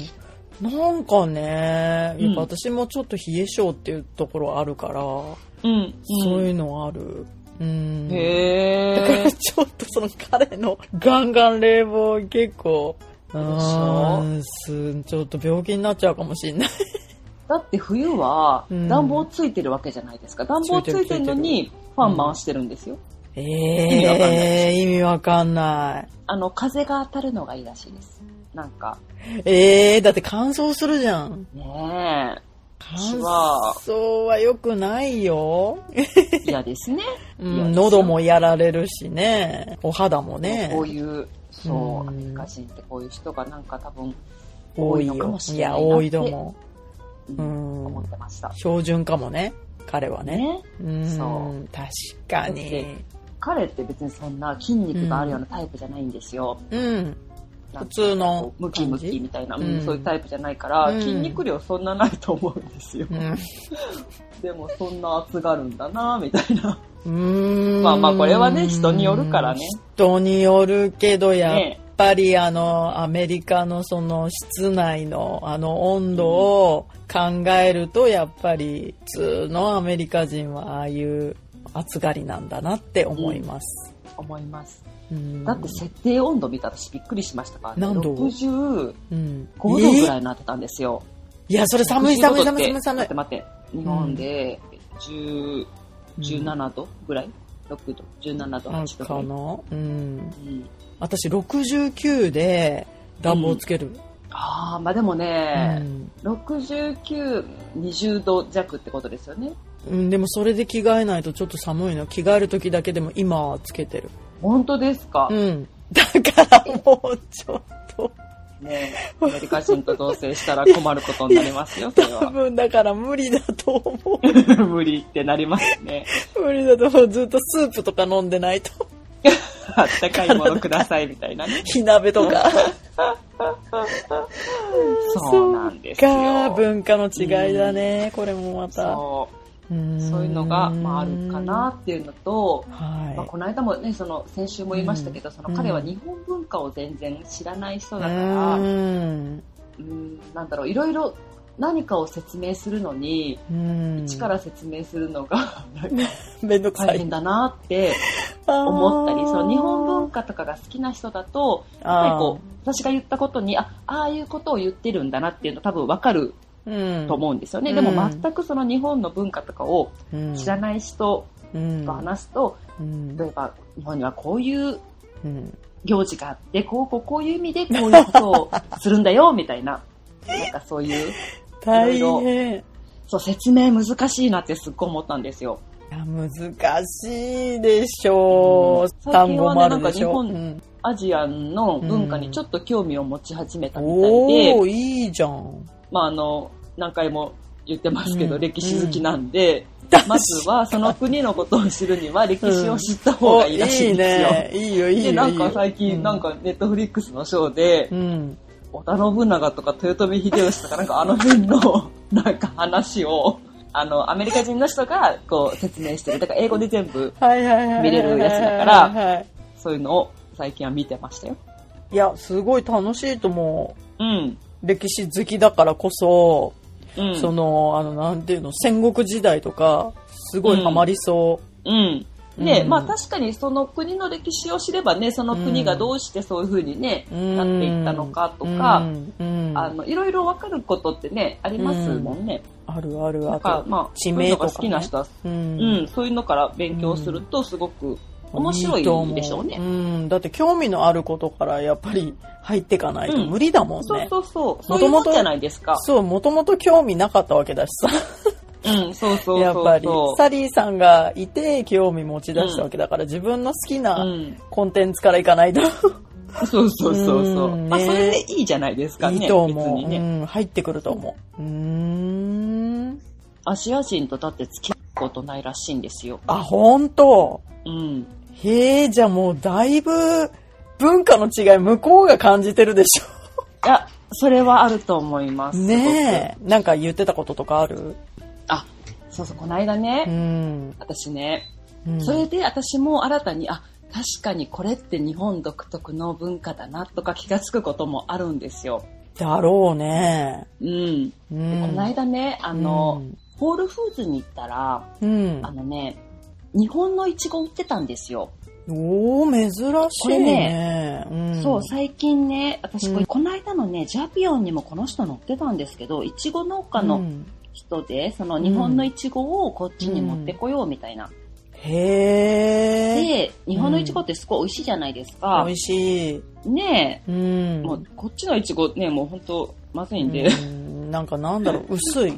[SPEAKER 2] なんかね
[SPEAKER 1] うん
[SPEAKER 2] やっぱ私もちょっと冷え性っていうところあるから、
[SPEAKER 1] うん、
[SPEAKER 2] そういうのあるうん
[SPEAKER 1] へ
[SPEAKER 2] だから
[SPEAKER 1] ー。
[SPEAKER 2] ちょっとその彼のガンガン冷房結構う
[SPEAKER 1] ょ
[SPEAKER 2] ーんすちょっと病気になっちゃうかもしれない
[SPEAKER 1] だって冬は
[SPEAKER 2] うん
[SPEAKER 1] 暖房ついてるわけじゃないですか。暖房ついてるのにファン回してるんですよ。
[SPEAKER 2] え
[SPEAKER 1] 味わかんない
[SPEAKER 2] えー、意味わかんない
[SPEAKER 1] あの、風が当たるのがいいらしいです。なんか、
[SPEAKER 2] えー、だって乾燥するじゃん。
[SPEAKER 1] ねえ。
[SPEAKER 2] 乾
[SPEAKER 1] 私は
[SPEAKER 2] 燥は良くないよ。
[SPEAKER 1] 嫌ですね。
[SPEAKER 2] う
[SPEAKER 1] いや
[SPEAKER 2] ん、喉もやられるしね。お肌も ね
[SPEAKER 1] こ。ういう、そう、ア
[SPEAKER 2] うん
[SPEAKER 1] メリカ人ってこういう人がなんか多分、
[SPEAKER 2] 多い
[SPEAKER 1] 多いのか
[SPEAKER 2] よ
[SPEAKER 1] も。し
[SPEAKER 2] い
[SPEAKER 1] れない
[SPEAKER 2] や、
[SPEAKER 1] な
[SPEAKER 2] 多いと思
[SPEAKER 1] うん
[SPEAKER 2] う。うん。
[SPEAKER 1] 思ってました。
[SPEAKER 2] 標準かもね。彼はね。
[SPEAKER 1] ね。
[SPEAKER 2] うん。
[SPEAKER 1] そ
[SPEAKER 2] 確か
[SPEAKER 1] だっ
[SPEAKER 2] に。
[SPEAKER 1] 彼って別にそんな筋肉があるようなタイプじゃないんですよ。
[SPEAKER 2] うん。
[SPEAKER 1] なん
[SPEAKER 2] 普
[SPEAKER 1] か
[SPEAKER 2] 通の
[SPEAKER 1] こうムキムキみたいな、うん
[SPEAKER 2] うん
[SPEAKER 1] そういうタイプじゃないから、
[SPEAKER 2] うん
[SPEAKER 1] 筋肉量そんなないと思うんですよ。
[SPEAKER 2] 感
[SPEAKER 1] でもそんな熱がるんだなみたいな。
[SPEAKER 2] じ。うん。うん
[SPEAKER 1] まあまあこれはね人によるからね。
[SPEAKER 2] 人によるけど、やっぱ
[SPEAKER 1] ね
[SPEAKER 2] やっぱりあのアメリカのその室内のあの温度を考えるとやっぱり普通のアメリカ人はああいう暑がりなんだなって思います。
[SPEAKER 1] 思います。
[SPEAKER 2] うん
[SPEAKER 1] だって設定温度見たら私びっくりしましたから、ね、
[SPEAKER 2] 何度
[SPEAKER 1] 65
[SPEAKER 2] うん、
[SPEAKER 1] 度ぐらいになってたんですよ。
[SPEAKER 2] いやそれ寒い
[SPEAKER 1] 65
[SPEAKER 2] 寒
[SPEAKER 1] 度
[SPEAKER 2] い
[SPEAKER 1] って
[SPEAKER 2] 寒い寒い寒い。
[SPEAKER 1] 待って待って。日本で10、17度ぐらい ?6 度 ?17 度、
[SPEAKER 2] なん
[SPEAKER 1] 8度ぐら
[SPEAKER 2] か
[SPEAKER 1] い。
[SPEAKER 2] な、う
[SPEAKER 1] う
[SPEAKER 2] ん、
[SPEAKER 1] ん
[SPEAKER 2] 私69で暖房つける、
[SPEAKER 1] ああ、まあでも
[SPEAKER 2] う
[SPEAKER 1] ね、
[SPEAKER 2] ん
[SPEAKER 1] 69、20度弱ってことですよね。
[SPEAKER 2] うんでもそれで着替えないとちょっと寒いの着替える時だけでも今はつけてる、
[SPEAKER 1] 本当ですか、
[SPEAKER 2] うん、だからもうちょっと
[SPEAKER 1] ねえアメリカ人と同棲したら困ることになります よ、それ
[SPEAKER 2] 多
[SPEAKER 1] は。
[SPEAKER 2] 分だから無理だと思
[SPEAKER 1] 無理ってなりますね。
[SPEAKER 2] う。無理だと思う。ずっとスープとか飲んでないと。
[SPEAKER 1] あったかいものくださいみたいなね。
[SPEAKER 2] 火鍋とか。
[SPEAKER 1] そうなんです
[SPEAKER 2] が
[SPEAKER 1] よ。
[SPEAKER 2] 文化の違いだね。これもまた。
[SPEAKER 1] そう
[SPEAKER 2] うーん
[SPEAKER 1] そういうのが、まあ、あるかな。っていうのと、まあ、
[SPEAKER 2] は
[SPEAKER 1] この間もねその先週も言いましたけど、その彼は日本文化を全然知らない人
[SPEAKER 2] い。
[SPEAKER 1] だから、
[SPEAKER 2] う
[SPEAKER 1] うん
[SPEAKER 2] ん
[SPEAKER 1] なんだろういろいろ何かを説明するのに、
[SPEAKER 2] うん。
[SPEAKER 1] 一から説明するの が
[SPEAKER 2] めんどくさ
[SPEAKER 1] 大
[SPEAKER 2] い
[SPEAKER 1] 変。だなって思ったり、その日本文化とかが好きな人だとやっぱりこう私が言ったことにあああいうことを言ってるんだなっていうの多分わかる
[SPEAKER 2] う、うん、
[SPEAKER 1] と思うんですよね、
[SPEAKER 2] うん
[SPEAKER 1] でも全くその日本の文化とかを
[SPEAKER 2] うん。
[SPEAKER 1] 知らない人
[SPEAKER 2] うん
[SPEAKER 1] と話すと、
[SPEAKER 2] うん
[SPEAKER 1] 例えば日本にはこういう
[SPEAKER 2] うん
[SPEAKER 1] 行事があって、こうこうこういう意味でこういうことをするんだよ、みたいな。なんかそういう、
[SPEAKER 2] 大
[SPEAKER 1] いろ
[SPEAKER 2] 変。い
[SPEAKER 1] そう、説明難しいなってすっごい思ったんですよ。
[SPEAKER 2] や難しいでしょ
[SPEAKER 1] うん
[SPEAKER 2] う。単語もあるでしょ。
[SPEAKER 1] 最近はねなんか日本
[SPEAKER 2] うん
[SPEAKER 1] アジアンの文化にちょっと興味を持ち始めたみたいで、
[SPEAKER 2] おー、いいじゃん。
[SPEAKER 1] まああの、何回も言ってますけど、
[SPEAKER 2] うん
[SPEAKER 1] 歴史好きなんで、まずはその国のことを知るには歴史を知った方
[SPEAKER 2] お
[SPEAKER 1] がいいらしいんですよ。
[SPEAKER 2] ね。いいよ、いいよ。
[SPEAKER 1] で、なんか最
[SPEAKER 2] いいよ
[SPEAKER 1] 近、なん、かネットフリックスのショーで、
[SPEAKER 2] うん。
[SPEAKER 1] 織田信長とか豊臣秀吉とかなんかあの辺のなんか話をあのアメリカ人の人がこう説明してるだから英語で全部
[SPEAKER 2] はいはいはい。
[SPEAKER 1] 見れるやつだからそういうのを最近は見てましたよ
[SPEAKER 2] いや、すごい楽しいと思
[SPEAKER 1] うん
[SPEAKER 2] う。歴史好きだからこそ、
[SPEAKER 1] うん
[SPEAKER 2] その、あの、なんていうの、戦国時代とか、すごいハマりそ
[SPEAKER 1] うんね
[SPEAKER 2] うん
[SPEAKER 1] まあ確かにその国の歴史を知ればねその国がどうしてそういうふうに、ね
[SPEAKER 2] う。うん
[SPEAKER 1] なっていったのかとか、
[SPEAKER 2] うんうん
[SPEAKER 1] あのいろいろ分かることってねありますもんね、
[SPEAKER 2] あるある
[SPEAKER 1] な
[SPEAKER 2] あ
[SPEAKER 1] んか
[SPEAKER 2] る。
[SPEAKER 1] まあ
[SPEAKER 2] 地名とかね
[SPEAKER 1] そういうのが好きな人は、
[SPEAKER 2] う
[SPEAKER 1] うん
[SPEAKER 2] ん。
[SPEAKER 1] そういうのから勉強するとすごく面白い
[SPEAKER 2] と思
[SPEAKER 1] でしょうね、
[SPEAKER 2] うん。だって興味のあることからやっぱり入っていかないと
[SPEAKER 1] うん
[SPEAKER 2] 無理だもんね。
[SPEAKER 1] そうそうそうそ
[SPEAKER 2] も
[SPEAKER 1] うい
[SPEAKER 2] と
[SPEAKER 1] う
[SPEAKER 2] も
[SPEAKER 1] も
[SPEAKER 2] と
[SPEAKER 1] んじゃないですか
[SPEAKER 2] そう、もともと興味なかったわけだしさ。
[SPEAKER 1] うんそうそうそうそう
[SPEAKER 2] やっぱり。サリーさんがいて興味持ち出したわけだから、自分の好き
[SPEAKER 1] う、
[SPEAKER 2] なんコンテンツからいかないと、
[SPEAKER 1] そうそうそうそう
[SPEAKER 2] うん
[SPEAKER 1] まあ
[SPEAKER 2] ね
[SPEAKER 1] それでいいじゃないですかね
[SPEAKER 2] いいと思う、
[SPEAKER 1] 別にね
[SPEAKER 2] うん。入ってくると思う。うーん。
[SPEAKER 1] アジア人とだって付き合うことないらしいんですよ
[SPEAKER 2] あ、ほんと
[SPEAKER 1] うん
[SPEAKER 2] へえ、じゃあもうだいぶ文化の違い向こうが感じてるでし
[SPEAKER 1] いやそれはあると思いま
[SPEAKER 2] ょ。
[SPEAKER 1] す
[SPEAKER 2] ねえ。なんか言ってたこととかある
[SPEAKER 1] すごくそうそうこの間ね、
[SPEAKER 2] うん。
[SPEAKER 1] 私ね
[SPEAKER 2] うん
[SPEAKER 1] それで私も新たにあ確かにこれって日本独特の文化だなとか気がつくこともあるんですよ。
[SPEAKER 2] だろうね。
[SPEAKER 1] うん。でこ
[SPEAKER 2] うん。
[SPEAKER 1] の間ね、あ
[SPEAKER 2] あ
[SPEAKER 1] の、、ホールフーズに行ったら、
[SPEAKER 2] うん
[SPEAKER 1] あ。のね、日本のイチゴ売ってたんですよ。
[SPEAKER 2] おー、珍しいね。ん
[SPEAKER 1] そう、最近ね、私こ
[SPEAKER 2] うん
[SPEAKER 1] れ、この間のね、ジャピオンにもこの人乗ってたんですけど、イチゴ農家
[SPEAKER 2] う
[SPEAKER 1] の
[SPEAKER 2] ん
[SPEAKER 1] 人で、その日本のイチゴをこっちに持ってこようみたいな。
[SPEAKER 2] へえ。
[SPEAKER 1] で、日本のイチゴってすごい美味しいじゃないですか
[SPEAKER 2] 美味。しい。
[SPEAKER 1] ねえ、
[SPEAKER 2] うん。
[SPEAKER 1] もうこっちのいちごね、もう本当まずいんで、
[SPEAKER 2] うんなんかなんだろう、薄い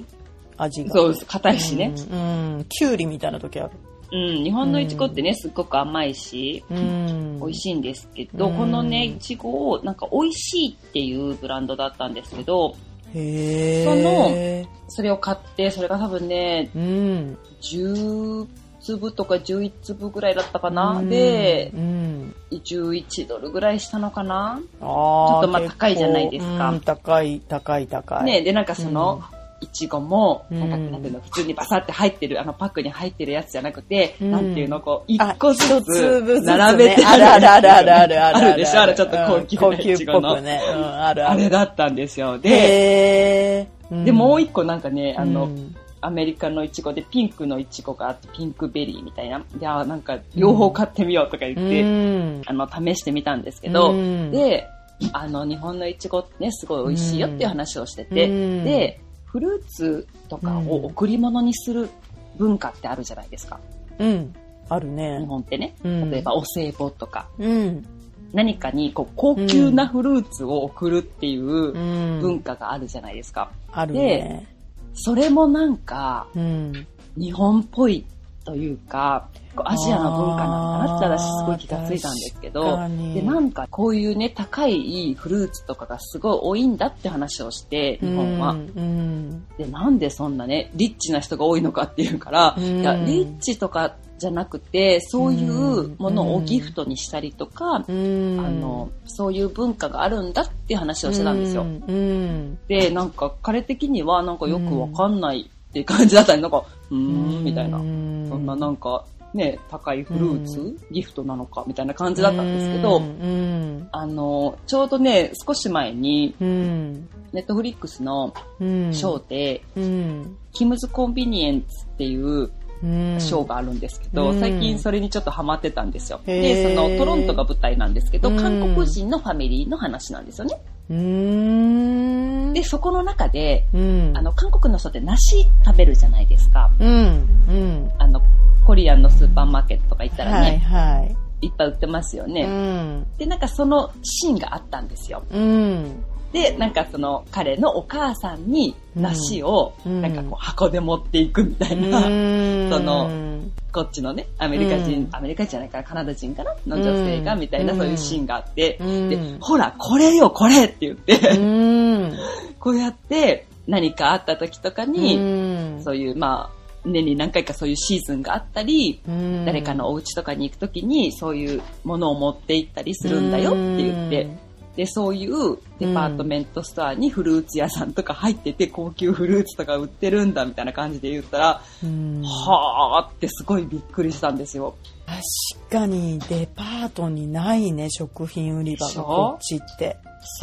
[SPEAKER 2] 味が。
[SPEAKER 1] そうです、硬いしね、
[SPEAKER 2] うん。うん。きゅうりみたいな時ある。
[SPEAKER 1] うん、日本のいちごってね、すっごく甘いし、
[SPEAKER 2] うん。
[SPEAKER 1] 美味
[SPEAKER 2] い。
[SPEAKER 1] しいんですけど、
[SPEAKER 2] うん
[SPEAKER 1] このね、いちごを、なんか、美味しいっていうブランドだったんですけど、
[SPEAKER 2] へえ。
[SPEAKER 1] それを買って、それが多分ね、
[SPEAKER 2] その、うん。
[SPEAKER 1] 10粒とか11粒ぐらいだったかな、
[SPEAKER 2] うん
[SPEAKER 1] で
[SPEAKER 2] う、ん。
[SPEAKER 1] 11ドルぐらいしたのかな、
[SPEAKER 2] あー
[SPEAKER 1] ょっとまあ
[SPEAKER 2] 結構
[SPEAKER 1] 高いじゃないですか
[SPEAKER 2] うん高い、高い、高い。
[SPEAKER 1] ね、で、なんかその、いちごも、
[SPEAKER 2] うん
[SPEAKER 1] なんか、なんていうの、普通にバサって入ってる、あのパックに入ってるやつじゃなくて、
[SPEAKER 2] うん
[SPEAKER 1] なんていうの、こう、一
[SPEAKER 2] あ
[SPEAKER 1] 個ず
[SPEAKER 2] 一粒
[SPEAKER 1] つ
[SPEAKER 2] ずつね
[SPEAKER 1] 並べて
[SPEAKER 2] あるあるあるあるある
[SPEAKER 1] あるでしょあれちょっと高級
[SPEAKER 2] うん
[SPEAKER 1] な
[SPEAKER 2] 高級
[SPEAKER 1] イ
[SPEAKER 2] っ
[SPEAKER 1] チ
[SPEAKER 2] ぽ
[SPEAKER 1] ゴの
[SPEAKER 2] くね。うん、あるあ
[SPEAKER 1] あ
[SPEAKER 2] る。
[SPEAKER 1] れだったんですよ。で、
[SPEAKER 2] で、
[SPEAKER 1] で、もう
[SPEAKER 2] 一
[SPEAKER 1] 一個なんかね、あの、
[SPEAKER 2] うん
[SPEAKER 1] アメリカのいちごでピンクのいちごがあって、ピンクベリーみたいな。で、あなんか、両方買ってみようとか言って、
[SPEAKER 2] うん
[SPEAKER 1] あの、試してみたんですけど、
[SPEAKER 2] うん
[SPEAKER 1] で、あの、日本のいちごってね、すごい美味しいよっていう話をしてて、
[SPEAKER 2] うん
[SPEAKER 1] で、フルーツとかを贈り物にする文化ってあるじゃないですか。
[SPEAKER 2] うん、ある
[SPEAKER 1] 日
[SPEAKER 2] ね。
[SPEAKER 1] 本ってね。
[SPEAKER 2] うん
[SPEAKER 1] 例えば、お歳暮とか、
[SPEAKER 2] うん、
[SPEAKER 1] 何かにこう高級なフルーツを贈るっていう
[SPEAKER 2] う、
[SPEAKER 1] うん文化があるじゃないですか。
[SPEAKER 2] あるね。
[SPEAKER 1] それもなんか、
[SPEAKER 2] うん、
[SPEAKER 1] 日本っぽいというか、こうアジアの文化なんだなって私すごい気がついたんですけ
[SPEAKER 2] 確
[SPEAKER 1] ど
[SPEAKER 2] か、に
[SPEAKER 1] で、なんかこういうね、高いフルーツとかがすごい多いんだって話をして、日本は。
[SPEAKER 2] うんうん
[SPEAKER 1] で、なんでそんなね、リッチな人が多いのかっていうから、
[SPEAKER 2] うん
[SPEAKER 1] いや、リッチとかじゃなくて、そういうものをギフトにしたりとか、
[SPEAKER 2] うん、
[SPEAKER 1] あの、そういう文化があるんだっていう話をしてたんですよ。
[SPEAKER 2] うん、うん
[SPEAKER 1] で、なんか彼的にはなんかよくわかんないっていう感じだったり、なんか、うーん、みたいな。そんななんか、ね、高いフルーツ、
[SPEAKER 2] う
[SPEAKER 1] ギフトなのかみたいな感じだったんですけど、
[SPEAKER 2] うん、
[SPEAKER 1] あの、ちょうどね、少し前に、
[SPEAKER 2] うん、
[SPEAKER 1] ネットフリックスの
[SPEAKER 2] うん、
[SPEAKER 1] ショーで、
[SPEAKER 2] うん、
[SPEAKER 1] キムズコンビニエンスっていう
[SPEAKER 2] うん、
[SPEAKER 1] ショーがあるんですけど、
[SPEAKER 2] うん
[SPEAKER 1] 最近それにちょっとハマってたんですよ。
[SPEAKER 2] へ
[SPEAKER 1] で、
[SPEAKER 2] ー
[SPEAKER 1] そのトロントが舞台なんですけど、
[SPEAKER 2] うん
[SPEAKER 1] 韓国人のファミリーの話なんですよね。
[SPEAKER 2] うん、
[SPEAKER 1] で、そこの中で、
[SPEAKER 2] うん、
[SPEAKER 1] あ、の、韓国の人って梨食べるじゃないですか。
[SPEAKER 2] うん、うん、
[SPEAKER 1] あの、コリアンのスーパーマーケットとか行ったら
[SPEAKER 2] はい、
[SPEAKER 1] ね、、
[SPEAKER 2] はい
[SPEAKER 1] っぱい売ってますよね。
[SPEAKER 2] い、うん、
[SPEAKER 1] で、なんかそのシーンがあったんですよ。
[SPEAKER 2] うん、
[SPEAKER 1] で、なんかその彼のお母さんに梨を、
[SPEAKER 2] うん
[SPEAKER 1] なんかこう箱で持っていくみたいな、 そのこっちのね、アメリカ人、
[SPEAKER 2] うん
[SPEAKER 1] アメリカ人じゃないからカナダ人かなの女性が
[SPEAKER 2] うん
[SPEAKER 1] みたいな、
[SPEAKER 2] うん
[SPEAKER 1] そういうシーンがあって、
[SPEAKER 2] うん
[SPEAKER 1] で、ほら、これよ、これって言って、
[SPEAKER 2] うん、
[SPEAKER 1] こうやって何かあった時とかに、
[SPEAKER 2] に
[SPEAKER 1] そういう、まあ、年に何回かそういうシーズンがあったり、誰
[SPEAKER 2] 誰
[SPEAKER 1] かのお家とかに行くときにそういうものを持って行ったりするんだよって言って、で、そういうデパートメントストアにフルーツ屋さんとか入ってて、高級フルーツとか売ってるんだみたいな感じで言ったら、
[SPEAKER 2] うん
[SPEAKER 1] はーってすごいびっくりしたんですよ。
[SPEAKER 2] 確かにデパートにないね食品売り場
[SPEAKER 1] でし
[SPEAKER 2] が
[SPEAKER 1] ょ
[SPEAKER 2] こっちって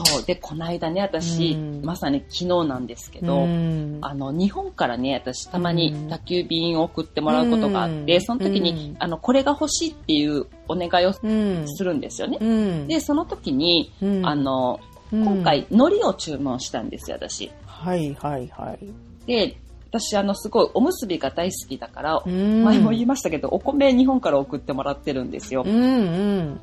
[SPEAKER 1] そう。で、こないだね、私、
[SPEAKER 2] うん
[SPEAKER 1] まさに昨日なんですけど、
[SPEAKER 2] うん
[SPEAKER 1] あの、日本からね、私、たま
[SPEAKER 2] う
[SPEAKER 1] に
[SPEAKER 2] ん
[SPEAKER 1] 宅急便を送ってもらうことがあって、
[SPEAKER 2] うん
[SPEAKER 1] その時に、
[SPEAKER 2] うん
[SPEAKER 1] あの、これが欲しいっていうお願いを
[SPEAKER 2] うん
[SPEAKER 1] するんですよね。
[SPEAKER 2] うん
[SPEAKER 1] で、その時に、
[SPEAKER 2] うん
[SPEAKER 1] あの、
[SPEAKER 2] うん
[SPEAKER 1] 今回、海苔を注文したんですよ、私。
[SPEAKER 2] はいはいはい
[SPEAKER 1] で、私、あの、すごい、おむすびが大好きだから、
[SPEAKER 2] うん
[SPEAKER 1] 前も言いましたけど、お米日本から送ってもらってるんですよ
[SPEAKER 2] う。んうん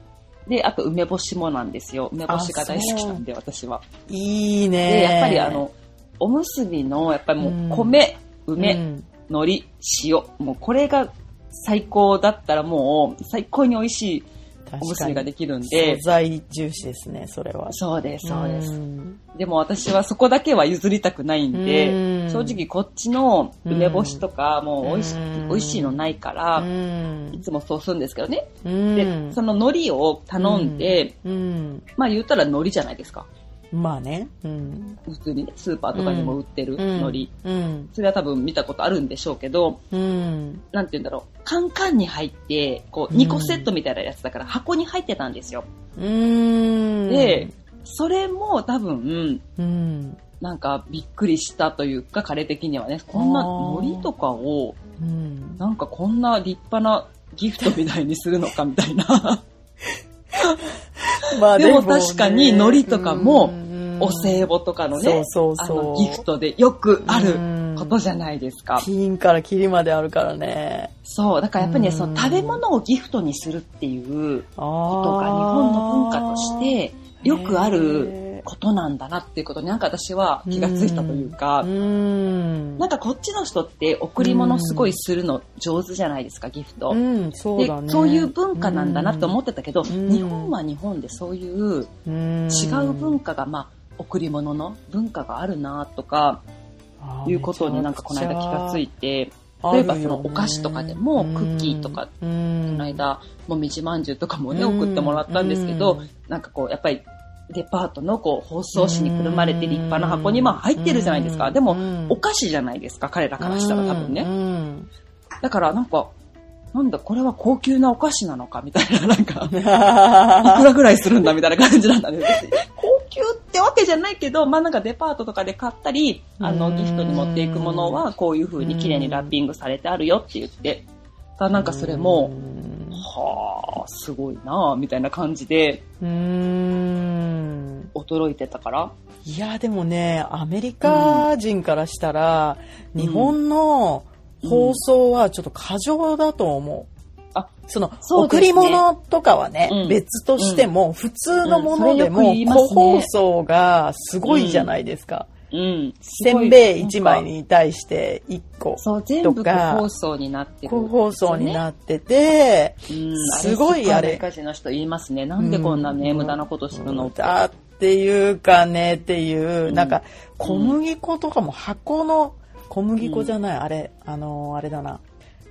[SPEAKER 1] で、あと梅干しもなんですよ。梅干しが大好きなんで、私は。
[SPEAKER 2] いいね
[SPEAKER 1] で、やっぱりあの、おむすびの、やっぱりもう米、梅、
[SPEAKER 2] うん
[SPEAKER 1] 海苔、塩、もうこれが最高だったらもう最高に美味しいおむす
[SPEAKER 2] 確か
[SPEAKER 1] び
[SPEAKER 2] に
[SPEAKER 1] ができるんで
[SPEAKER 2] 素、材重視ですねそれは
[SPEAKER 1] そうです、そうです。
[SPEAKER 2] ん
[SPEAKER 1] でも私はそこだけは譲りたくないんで、
[SPEAKER 2] うん
[SPEAKER 1] 正直こっちの梅干しとかもう美味し
[SPEAKER 2] うん
[SPEAKER 1] 美味しいのないか
[SPEAKER 2] う
[SPEAKER 1] ら、
[SPEAKER 2] ん
[SPEAKER 1] いつもそうするんですけどね。
[SPEAKER 2] うん
[SPEAKER 1] で、その海苔を頼んで、
[SPEAKER 2] うん
[SPEAKER 1] まあ言ったら海苔じゃないですか。
[SPEAKER 2] まあねうん
[SPEAKER 1] 普通にね、スーパーとかにも売ってる海苔。
[SPEAKER 2] うん
[SPEAKER 1] それは多分見たことあるんでしょうけど、
[SPEAKER 2] うん
[SPEAKER 1] なんて言うんだろう、カンカンに入って、こう、
[SPEAKER 2] うん
[SPEAKER 1] 2個セットみたいなやつだから箱に入ってたんですよ。
[SPEAKER 2] うん
[SPEAKER 1] で、それも多分、
[SPEAKER 2] うん
[SPEAKER 1] なんかびっくりしたというか、彼的にはね、こんな
[SPEAKER 2] あー
[SPEAKER 1] 海苔とかを、
[SPEAKER 2] うん
[SPEAKER 1] なんかこんな立派なギフトみたいにするのかみたいな。
[SPEAKER 2] まあ
[SPEAKER 1] でも
[SPEAKER 2] ね
[SPEAKER 1] 確かに海苔とかも
[SPEAKER 2] うん
[SPEAKER 1] お歳暮とかのね、
[SPEAKER 2] そうそう
[SPEAKER 1] あ
[SPEAKER 2] そう
[SPEAKER 1] のギフトでよくある
[SPEAKER 2] る
[SPEAKER 1] ことじゃないですか。
[SPEAKER 2] 金からキリまであるからね
[SPEAKER 1] そう、だからやっぱりね、
[SPEAKER 2] うん
[SPEAKER 1] その食べ物をギフトにするっていう
[SPEAKER 2] あ
[SPEAKER 1] ことが日本の文化としてよくある
[SPEAKER 2] る
[SPEAKER 1] ことなんだなっていうことになんか私は気がついたというか、
[SPEAKER 2] うん
[SPEAKER 1] なんかこっちの人って贈り物すごいするの上手じゃないですか、ギフト。
[SPEAKER 2] うんそう
[SPEAKER 1] で
[SPEAKER 2] だね
[SPEAKER 1] そういう文化なんだなと思
[SPEAKER 2] っ
[SPEAKER 1] ってたけど、
[SPEAKER 2] ん
[SPEAKER 1] 日本は日本でそういう
[SPEAKER 2] て違
[SPEAKER 1] 違う文化が、まあ、贈り物の文化があるなとかいうことになんかこの間気がついて、例えばそのお菓子とかでもクッキーとか
[SPEAKER 2] こ
[SPEAKER 1] この
[SPEAKER 2] の
[SPEAKER 1] 間、もみじまんじゅうとかもね、
[SPEAKER 2] うん
[SPEAKER 1] 送ってもらったんですけ
[SPEAKER 2] う
[SPEAKER 1] ど
[SPEAKER 2] ん、
[SPEAKER 1] なんかこう、やっぱり、デパートのこう包装紙にくるまれて立派な箱にまあ入ってるじゃないですか。でも、お菓子じゃないですか、彼らからしたら多分ね。
[SPEAKER 2] ね。
[SPEAKER 1] だからなんか、なんだ、これは高級なお菓子なのかみたいな、なん か、いくらぐらいするんだみたいな感じなんだね。別に高級ってわけじゃないけど、まあなんかデパートとかで買ったり、あ
[SPEAKER 2] う
[SPEAKER 1] の
[SPEAKER 2] ん
[SPEAKER 1] ギフトに持っていくものはこういう風に綺麗にラッピングされてあるよって言って、だからなんかそれも、はあ、すごいなあみたいな感じで
[SPEAKER 2] うん。うん
[SPEAKER 1] 驚いてたから。
[SPEAKER 2] いや、でもね、アメリカ人からしたら、日本の放送はちょっと過剰だと思う。
[SPEAKER 1] あ
[SPEAKER 2] その
[SPEAKER 1] そうで
[SPEAKER 2] 贈
[SPEAKER 1] すね
[SPEAKER 2] り物とかはね、
[SPEAKER 1] うん
[SPEAKER 2] 別としても、普通のも
[SPEAKER 1] う
[SPEAKER 2] ので
[SPEAKER 1] んそれよく
[SPEAKER 2] も、
[SPEAKER 1] 言いますね
[SPEAKER 2] 個包装がすごいじゃないですか。
[SPEAKER 1] うん。
[SPEAKER 2] せんべい
[SPEAKER 1] す
[SPEAKER 2] 1
[SPEAKER 1] ごい
[SPEAKER 2] 枚。に対して1個
[SPEAKER 1] なんか。そう、全部
[SPEAKER 2] と
[SPEAKER 1] 個
[SPEAKER 2] か
[SPEAKER 1] 包装になってる。
[SPEAKER 2] 個包装に
[SPEAKER 1] っ
[SPEAKER 2] なってて、
[SPEAKER 1] てる。うん、
[SPEAKER 2] すごい
[SPEAKER 1] ア
[SPEAKER 2] あれ
[SPEAKER 1] メリカ人の人言いますね。なんでこんなね、
[SPEAKER 2] うん
[SPEAKER 1] 無駄なことするのって。
[SPEAKER 2] だっていうかねっていう、
[SPEAKER 1] うん
[SPEAKER 2] なんか小麦粉とかも箱の小麦粉じゃない、あれあのーあれだな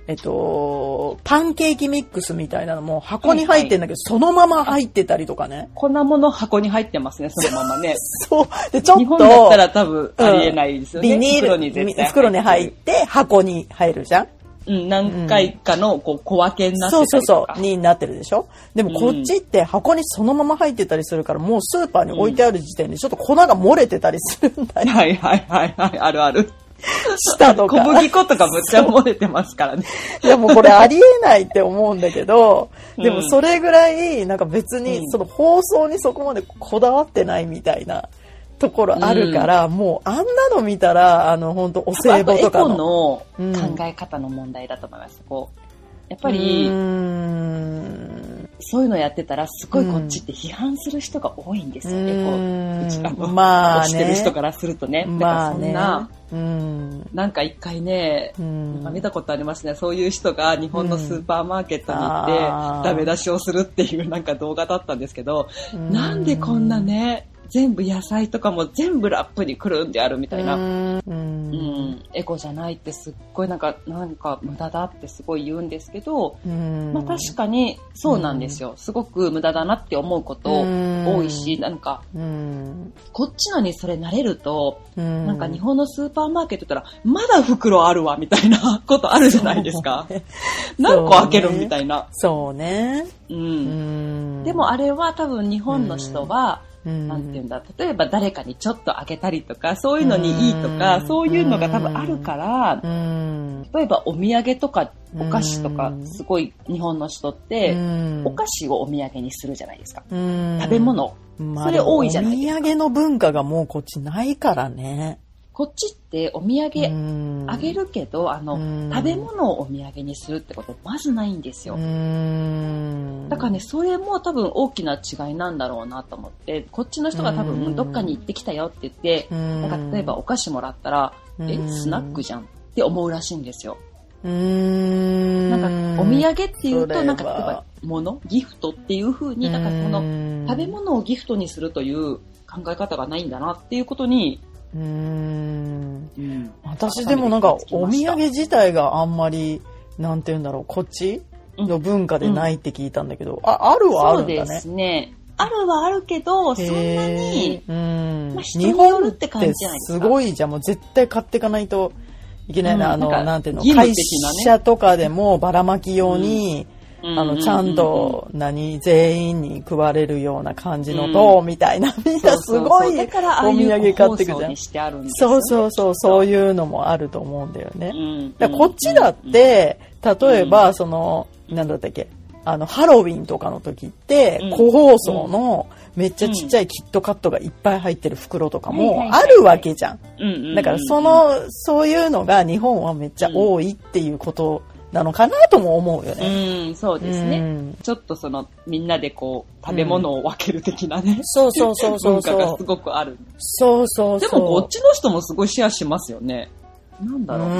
[SPEAKER 2] えっとパンケーキミックスみたいなのも箱に入ってんだけど、そのまま入ってたりとかね
[SPEAKER 1] 粉物箱に入ってますね、そのままね。
[SPEAKER 2] そうでちょ
[SPEAKER 1] 日
[SPEAKER 2] っ
[SPEAKER 1] 本だった
[SPEAKER 2] と
[SPEAKER 1] ら多分ありえないですよね。
[SPEAKER 2] ビニール
[SPEAKER 1] 袋に絶対る
[SPEAKER 2] 袋に入って箱に入るじゃん
[SPEAKER 1] うん、何回かのこう小分けになってた
[SPEAKER 2] そう
[SPEAKER 1] り
[SPEAKER 2] そ
[SPEAKER 1] と
[SPEAKER 2] うそ
[SPEAKER 1] か。
[SPEAKER 2] う、になってるでしょでもこっちって箱にそのまま入ってたりするから、もうスーパーに置いてある時点でちょっと粉が漏れてたりする んだよ。
[SPEAKER 1] はいはいはいはい、あるある。
[SPEAKER 2] 下と
[SPEAKER 1] 小
[SPEAKER 2] か。
[SPEAKER 1] 麦粉とかむっちゃ漏れてます からね。
[SPEAKER 2] でもこれありえないって思うんだけど、
[SPEAKER 1] うん
[SPEAKER 2] でもそれぐらい、なんか別
[SPEAKER 1] う
[SPEAKER 2] に
[SPEAKER 1] ん
[SPEAKER 2] その放送にそこまでこだわってないみたいなところあるから、もうあんなの見たら、あの、本当お歳
[SPEAKER 1] あと
[SPEAKER 2] 暮
[SPEAKER 1] エ
[SPEAKER 2] とか
[SPEAKER 1] コ
[SPEAKER 2] の。
[SPEAKER 1] の
[SPEAKER 2] うん
[SPEAKER 1] 考え方の問題だと思います。こうやっ
[SPEAKER 2] や
[SPEAKER 1] ぱり、
[SPEAKER 2] ん。
[SPEAKER 1] そういうのやってたら、すごいこっちって批判する人が多いんですよね、こう、うちあの、
[SPEAKER 2] ま
[SPEAKER 1] 推
[SPEAKER 2] あね。
[SPEAKER 1] してる人からするとね。だから
[SPEAKER 2] まあ
[SPEAKER 1] そん
[SPEAKER 2] ね
[SPEAKER 1] な、。
[SPEAKER 2] うん。
[SPEAKER 1] なんか一回ね、
[SPEAKER 2] うん
[SPEAKER 1] なんか見たことありますね。そういう人が日本のスーパーマーケットに行って
[SPEAKER 2] うんあー、
[SPEAKER 1] ダメ出しをするっていうなんか動画だったんですけど、なんでこんなね、全部野菜とかも全部ラップにくるんであるみたいな。
[SPEAKER 2] う。
[SPEAKER 1] うんん、エコじゃないってすっごいなんか、なんか無駄だってすごい言うんですけど、
[SPEAKER 2] うん。
[SPEAKER 1] まあ確かにそうなんですよ。すごく無駄だなって思うこと多いし、なんか、
[SPEAKER 2] うん。
[SPEAKER 1] こっちのにそれ慣れると、
[SPEAKER 2] な
[SPEAKER 1] なんか日本のスーパーマーケット行ったら、まだ袋あるわみたいなことあるじゃないですか。何個開けるみたいな。
[SPEAKER 2] そうね。
[SPEAKER 1] う。
[SPEAKER 2] うんん。
[SPEAKER 1] でもあれは多分日本の人は、
[SPEAKER 2] うん、
[SPEAKER 1] なんて言うんだ、例えば誰かにちょっと開けたりとか、そういうのにいいとか、
[SPEAKER 2] うん
[SPEAKER 1] そういうのが多分あるから、
[SPEAKER 2] うん。
[SPEAKER 1] 例えばお土産とかお菓子とか
[SPEAKER 2] う、ん
[SPEAKER 1] すごい日本の人っ
[SPEAKER 2] う
[SPEAKER 1] て、
[SPEAKER 2] ん
[SPEAKER 1] お菓子をお土産にするじゃないですか。
[SPEAKER 2] うん
[SPEAKER 1] 食べ物。
[SPEAKER 2] まあ
[SPEAKER 1] それ多いじゃないですか
[SPEAKER 2] お土産の文化がもうこっちないからね。
[SPEAKER 1] こっちってお土産あ
[SPEAKER 2] あ
[SPEAKER 1] げるけど、あの、
[SPEAKER 2] の
[SPEAKER 1] 食べ物をお土産にするってことまずないんですよ。
[SPEAKER 2] よ
[SPEAKER 1] だからね、、それも多分大きな違いなんだろうなと思って、こっちの人が多
[SPEAKER 2] う
[SPEAKER 1] 分
[SPEAKER 2] ん
[SPEAKER 1] どっかに行ってきたよって言って、
[SPEAKER 2] な
[SPEAKER 1] なんか例えばお菓子もらったら、え、スナックじゃんって思うらしいんですよ。
[SPEAKER 2] ゃん
[SPEAKER 1] なんかお土産っていうと、
[SPEAKER 2] それは
[SPEAKER 1] なんか例えば物、ギフトっていう風に、なんかその
[SPEAKER 2] の
[SPEAKER 1] 食べ物をギフトにするという考え方がないんだなっていうことに、
[SPEAKER 2] 物
[SPEAKER 1] うん
[SPEAKER 2] 私でもなんかお土産自体があんまり、なんて言うんだろう、こっちの文化でないって聞いたんだけど、あ、あるはあ
[SPEAKER 1] そ
[SPEAKER 2] る
[SPEAKER 1] うん
[SPEAKER 2] だ
[SPEAKER 1] で
[SPEAKER 2] ね。
[SPEAKER 1] すね。あるはあるけど、そんなに
[SPEAKER 2] へ、ー、うん
[SPEAKER 1] まあ人に
[SPEAKER 2] 日
[SPEAKER 1] よるっ
[SPEAKER 2] 本ってて
[SPEAKER 1] 感じじゃないですか
[SPEAKER 2] すごいじゃん。もう絶対買っていかないといけない
[SPEAKER 1] う
[SPEAKER 2] な。
[SPEAKER 1] ん
[SPEAKER 2] あの、
[SPEAKER 1] な
[SPEAKER 2] なんん
[SPEAKER 1] か
[SPEAKER 2] ていうの、
[SPEAKER 1] 義務
[SPEAKER 2] 会
[SPEAKER 1] 的なね
[SPEAKER 2] 社とかでもばらまき用に、あ
[SPEAKER 1] ううう
[SPEAKER 2] の、ちゃんと、何、全員に配れるような感じのと、みたいな、みんなすご
[SPEAKER 1] そうそうそうだ
[SPEAKER 2] い。
[SPEAKER 1] からああい
[SPEAKER 2] お土
[SPEAKER 1] う
[SPEAKER 2] 産
[SPEAKER 1] 個
[SPEAKER 2] 買っ
[SPEAKER 1] 包
[SPEAKER 2] てくじゃん
[SPEAKER 1] 装にしてあるんですよ
[SPEAKER 2] そ
[SPEAKER 1] ね
[SPEAKER 2] うそうそう、そういうのもあると思うんだよね。
[SPEAKER 1] うん
[SPEAKER 2] だからこっちだっ、て、例えば、その、なんだったっけ、あの、ハロウィンとかの時って
[SPEAKER 1] うん、
[SPEAKER 2] 個包装のめっちゃちっちゃいキットカットがいっぱい入ってる袋とか
[SPEAKER 1] うんはい
[SPEAKER 2] も
[SPEAKER 1] はいは
[SPEAKER 2] あ
[SPEAKER 1] いはい
[SPEAKER 2] るわけじゃん。
[SPEAKER 1] うんうんうん
[SPEAKER 2] だからそ、の、そういうのが日本はめっちゃ多いっていうことなのかなとも思うよ
[SPEAKER 1] う
[SPEAKER 2] ね。
[SPEAKER 1] ん、そうです
[SPEAKER 2] う
[SPEAKER 1] ね。
[SPEAKER 2] ん
[SPEAKER 1] ちょっとその、みんなでこう、食べ物を分ける的なね、
[SPEAKER 2] そうそうそうそ
[SPEAKER 1] 文
[SPEAKER 2] う
[SPEAKER 1] 化
[SPEAKER 2] そ
[SPEAKER 1] が
[SPEAKER 2] う
[SPEAKER 1] す。ごくある。
[SPEAKER 2] そうそう
[SPEAKER 1] で
[SPEAKER 2] そう。
[SPEAKER 1] もこっちの人もすごいシェアしますよね。なんだろうな。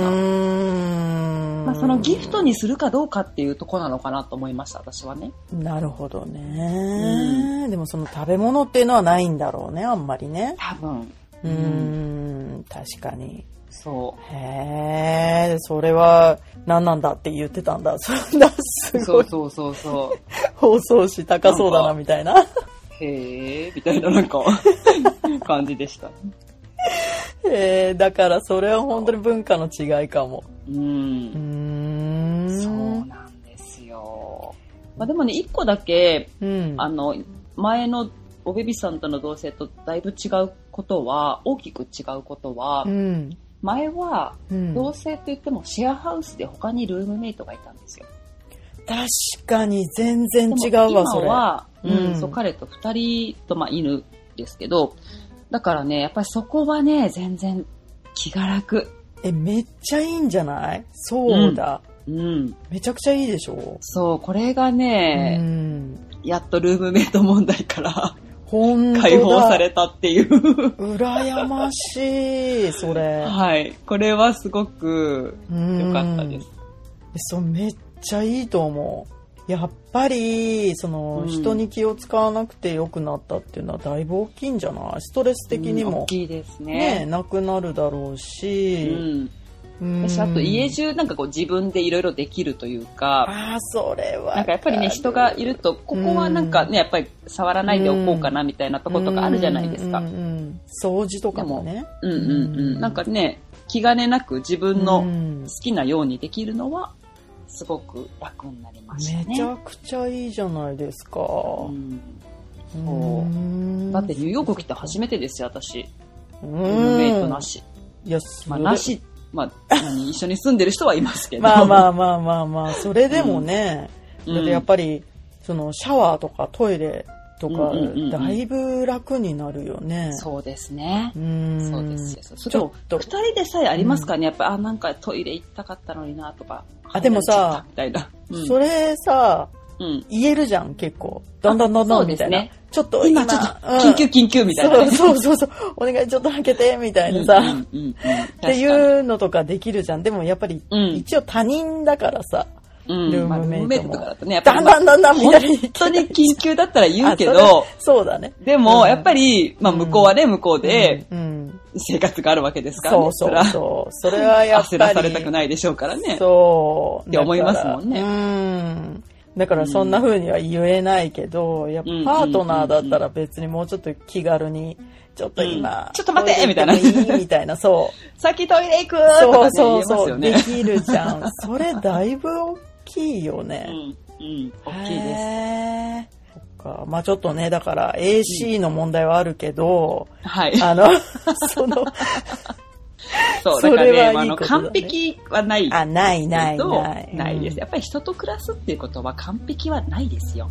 [SPEAKER 2] ーん
[SPEAKER 1] まあ、そのギフトにするかどうかっていうとこなのかなと思いました、私はね。
[SPEAKER 2] なるほどね、でもその食べ物っていうのはないんだろうね、あんまりね。
[SPEAKER 1] 多分、
[SPEAKER 2] うーん、確かに。
[SPEAKER 1] そう。
[SPEAKER 2] へえ、それは何なんだって言ってたんだ。そんな、す
[SPEAKER 1] そ
[SPEAKER 2] ご
[SPEAKER 1] う
[SPEAKER 2] い
[SPEAKER 1] そうそうそ
[SPEAKER 2] 放送紙高そうだな、みた いな。
[SPEAKER 1] う。へえ、みたいななん か、感じでした。
[SPEAKER 2] へえ、だからそれは本当に文化の違いかも。
[SPEAKER 1] う
[SPEAKER 2] うんー。ん。
[SPEAKER 1] そうなんですよ。まあ、でもね、一個だけ、
[SPEAKER 2] うん。
[SPEAKER 1] あの、前のおべびさんとの同性とだいぶ違うことは、大きく違うことは、
[SPEAKER 2] うん。
[SPEAKER 1] 前は
[SPEAKER 2] うん、
[SPEAKER 1] 同性って言ってもシェアハウスで他にルームメイトがいたんですよ。
[SPEAKER 2] 確かに全然違う
[SPEAKER 1] でも
[SPEAKER 2] わ、それ。
[SPEAKER 1] 今は、うん、
[SPEAKER 2] うん
[SPEAKER 1] そう、彼と二人と、まあ、犬ですけど、だからね、やっぱりそこはね、全然気が楽。
[SPEAKER 2] え、めっちゃいいんじゃないそうだ、
[SPEAKER 1] うん。
[SPEAKER 2] めちゃくちゃいいでしょ、
[SPEAKER 1] そう、これが
[SPEAKER 2] う
[SPEAKER 1] ね、
[SPEAKER 2] ん。
[SPEAKER 1] やっとルームメイト問題から
[SPEAKER 2] 本当だ。
[SPEAKER 1] 解放されたっていう。
[SPEAKER 2] 羨ましい、それ。
[SPEAKER 1] はい。これはすごく良
[SPEAKER 2] よ
[SPEAKER 1] かったです。
[SPEAKER 2] そうめっちゃいいと思うやっぱりそ
[SPEAKER 1] う
[SPEAKER 2] の、
[SPEAKER 1] ん
[SPEAKER 2] 人に気を使わなくて良くなったっていうのはだいぶ大きいんじゃないストレス的に
[SPEAKER 1] うん大
[SPEAKER 2] も、
[SPEAKER 1] きいです
[SPEAKER 2] ね
[SPEAKER 1] ね。
[SPEAKER 2] なくなるだろう
[SPEAKER 1] う
[SPEAKER 2] し、
[SPEAKER 1] ん。
[SPEAKER 2] うん
[SPEAKER 1] 私、あと家中なんかこう自分でいろいろできるというか、
[SPEAKER 2] ああそれは
[SPEAKER 1] なんかやっぱりね、人がいると、ここはなんかね、やっぱり触らないでおこうかなみたいなとことかあるじゃないですか
[SPEAKER 2] うん。うんうん掃除とかもね
[SPEAKER 1] うんうんうん。
[SPEAKER 2] うん
[SPEAKER 1] なんかね、気兼ねなく自分
[SPEAKER 2] う
[SPEAKER 1] の
[SPEAKER 2] ん
[SPEAKER 1] 好きなようにできるのは、すごく楽になりました
[SPEAKER 2] めち
[SPEAKER 1] ね。
[SPEAKER 2] ゃくちゃいいじゃないですか、
[SPEAKER 1] うん
[SPEAKER 2] うん
[SPEAKER 1] だってニューヨーク来て初めてですよ、私。
[SPEAKER 2] う
[SPEAKER 1] ルームメイト
[SPEAKER 2] ん
[SPEAKER 1] なし。
[SPEAKER 2] いやそれ
[SPEAKER 1] まあ、なし、まあ、何一緒に住んでる人はいますけど。
[SPEAKER 2] まあまあまあまあまあ、それでもね、
[SPEAKER 1] うん
[SPEAKER 2] だってやっぱり、そのシャワーとかトイレとか
[SPEAKER 1] うんうんうんうん、
[SPEAKER 2] だいぶ楽になるよね。
[SPEAKER 1] そうですね。
[SPEAKER 2] うーん。
[SPEAKER 1] そうですよ。そ
[SPEAKER 2] ち
[SPEAKER 1] れ
[SPEAKER 2] ょ
[SPEAKER 1] を
[SPEAKER 2] っ
[SPEAKER 1] 二
[SPEAKER 2] と、
[SPEAKER 1] 人でさえありますからね、やっぱ、あ、なんかトイレ行きたかったのになとか。
[SPEAKER 2] あでもさ
[SPEAKER 1] みたいな。うん。
[SPEAKER 2] それさ、
[SPEAKER 1] うん、
[SPEAKER 2] 言えるじゃん、結構。だんだんだんだ
[SPEAKER 1] そうんで
[SPEAKER 2] み
[SPEAKER 1] す
[SPEAKER 2] たいな。
[SPEAKER 1] ね。
[SPEAKER 2] ちょっと
[SPEAKER 1] 今ちょっと、緊急
[SPEAKER 2] 急
[SPEAKER 1] 緊急みたいなね、
[SPEAKER 2] そうそうそうそう。お願いちょっと開けて、みたいなさ。
[SPEAKER 1] うんう
[SPEAKER 2] っ
[SPEAKER 1] んうんうん、って
[SPEAKER 2] いうのとかできるじゃん。でもやっぱり、
[SPEAKER 1] うん
[SPEAKER 2] 一応他人だからさ、
[SPEAKER 1] うん。
[SPEAKER 2] ルームメ
[SPEAKER 1] まあ
[SPEAKER 2] イトも
[SPEAKER 1] ルームメイトとかだとね、やっぱ
[SPEAKER 2] だ
[SPEAKER 1] り、
[SPEAKER 2] ん
[SPEAKER 1] まあ
[SPEAKER 2] だんだんだんみんなに
[SPEAKER 1] 本当に緊急だったら言うけ
[SPEAKER 2] あそ
[SPEAKER 1] ど、
[SPEAKER 2] そうだね。
[SPEAKER 1] で
[SPEAKER 2] う
[SPEAKER 1] も、
[SPEAKER 2] ん
[SPEAKER 1] やっぱり、まあ、向こうはね、向こうで、
[SPEAKER 2] うん、うん
[SPEAKER 1] 生活があるわけですからね。
[SPEAKER 2] そうそう
[SPEAKER 1] ら
[SPEAKER 2] そう。それはやっぱり。
[SPEAKER 1] 焦らされたくないでしょうからね。
[SPEAKER 2] そう。
[SPEAKER 1] って思いますもんね
[SPEAKER 2] だからうん。だからそんな風には言えないけど、やっぱパートナーだったら別にもうちょっと気軽に、ちょっと今、
[SPEAKER 1] うんちょっと待ってみたいな
[SPEAKER 2] トイレ行ってもいいみたいな、 そう。
[SPEAKER 1] 先トイレ行くとかね
[SPEAKER 2] そう
[SPEAKER 1] 言
[SPEAKER 2] そ
[SPEAKER 1] え
[SPEAKER 2] う
[SPEAKER 1] ま
[SPEAKER 2] そ
[SPEAKER 1] す
[SPEAKER 2] う、
[SPEAKER 1] よ
[SPEAKER 2] で
[SPEAKER 1] ね。
[SPEAKER 2] きるじゃん。それだいぶ大きいよ
[SPEAKER 1] うん。
[SPEAKER 2] ね。
[SPEAKER 1] うん。大きいです。
[SPEAKER 2] へーそっかまあちょっとね、だから AC の問題はあるけど、
[SPEAKER 1] はい。
[SPEAKER 2] あの、 その、
[SPEAKER 1] そう、
[SPEAKER 2] そ
[SPEAKER 1] だ
[SPEAKER 2] れ
[SPEAKER 1] か
[SPEAKER 2] は
[SPEAKER 1] らね、まああ
[SPEAKER 2] いい
[SPEAKER 1] の、
[SPEAKER 2] ことだね
[SPEAKER 1] 完璧はない。
[SPEAKER 2] あ、ないな い
[SPEAKER 1] けど
[SPEAKER 2] ない。
[SPEAKER 1] ないです。
[SPEAKER 2] うん
[SPEAKER 1] やっぱり人と暮らすっていうことは完璧はないですよ。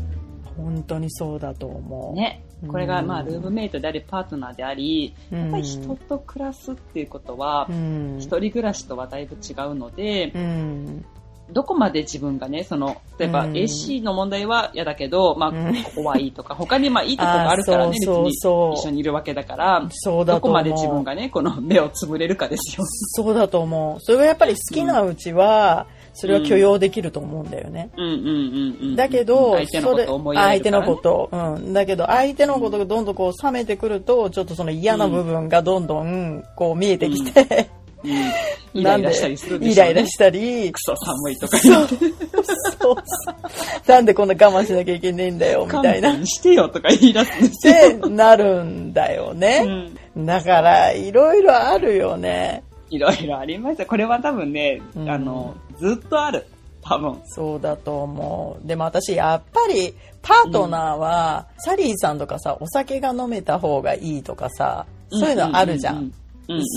[SPEAKER 2] 本当にそうだと思う。
[SPEAKER 1] ね。これが、まあ、
[SPEAKER 2] うん
[SPEAKER 1] ルームメイトであり、パートナーであり、
[SPEAKER 2] うん。
[SPEAKER 1] やっぱり人と暮らすっていうことは
[SPEAKER 2] う、ん。
[SPEAKER 1] 一人暮らしとはだいぶ違うので
[SPEAKER 2] う、ん。
[SPEAKER 1] どこまで自分がね、その、例えば
[SPEAKER 2] うん
[SPEAKER 1] AC の問題は嫌だけど、まあ
[SPEAKER 2] うん、
[SPEAKER 1] ここはいいとか、他にまあいいとこがあるからね、別
[SPEAKER 2] そうそう
[SPEAKER 1] に
[SPEAKER 2] そう
[SPEAKER 1] 一緒にいるわけだから、
[SPEAKER 2] そうだ
[SPEAKER 1] ど
[SPEAKER 2] と
[SPEAKER 1] こ
[SPEAKER 2] 思
[SPEAKER 1] ま
[SPEAKER 2] う。
[SPEAKER 1] で自分がね、この目をつぶれるかですよ。
[SPEAKER 2] そうだと思う。それがやっぱり好きなうちは、それは許容できると思うんだよね。
[SPEAKER 1] うんうんうんうん。
[SPEAKER 2] だけど、
[SPEAKER 1] 相手のことを思いやれ
[SPEAKER 2] 相
[SPEAKER 1] る
[SPEAKER 2] 手
[SPEAKER 1] か
[SPEAKER 2] の
[SPEAKER 1] らね、
[SPEAKER 2] こと、うん。だけど、相手のことがどんどんこう冷めてくると、ちょっとその嫌な部分がどんどんこう見えてきて、
[SPEAKER 1] うんイライラしたりするでしょう、ね。
[SPEAKER 2] イライラしたり
[SPEAKER 1] ク、ソ寒いとか。
[SPEAKER 2] そう、そう、なんでこんな我慢しなきゃいけねえんだよ、み
[SPEAKER 1] 勘
[SPEAKER 2] たいな。っ
[SPEAKER 1] 弁してよとか言い出すんですよ。
[SPEAKER 2] てなるんだよ
[SPEAKER 1] う
[SPEAKER 2] ね。
[SPEAKER 1] ん
[SPEAKER 2] だから、いろいろあるよね。
[SPEAKER 1] いろいろありました。これは多分ね、
[SPEAKER 2] うん
[SPEAKER 1] あの、ずっとある。多分。
[SPEAKER 2] そうだと思う。でも私、やっぱり、パートナーは、サリーさんとかさ、お酒が飲めた方がいいとかさ、そういうのあるじゃん。。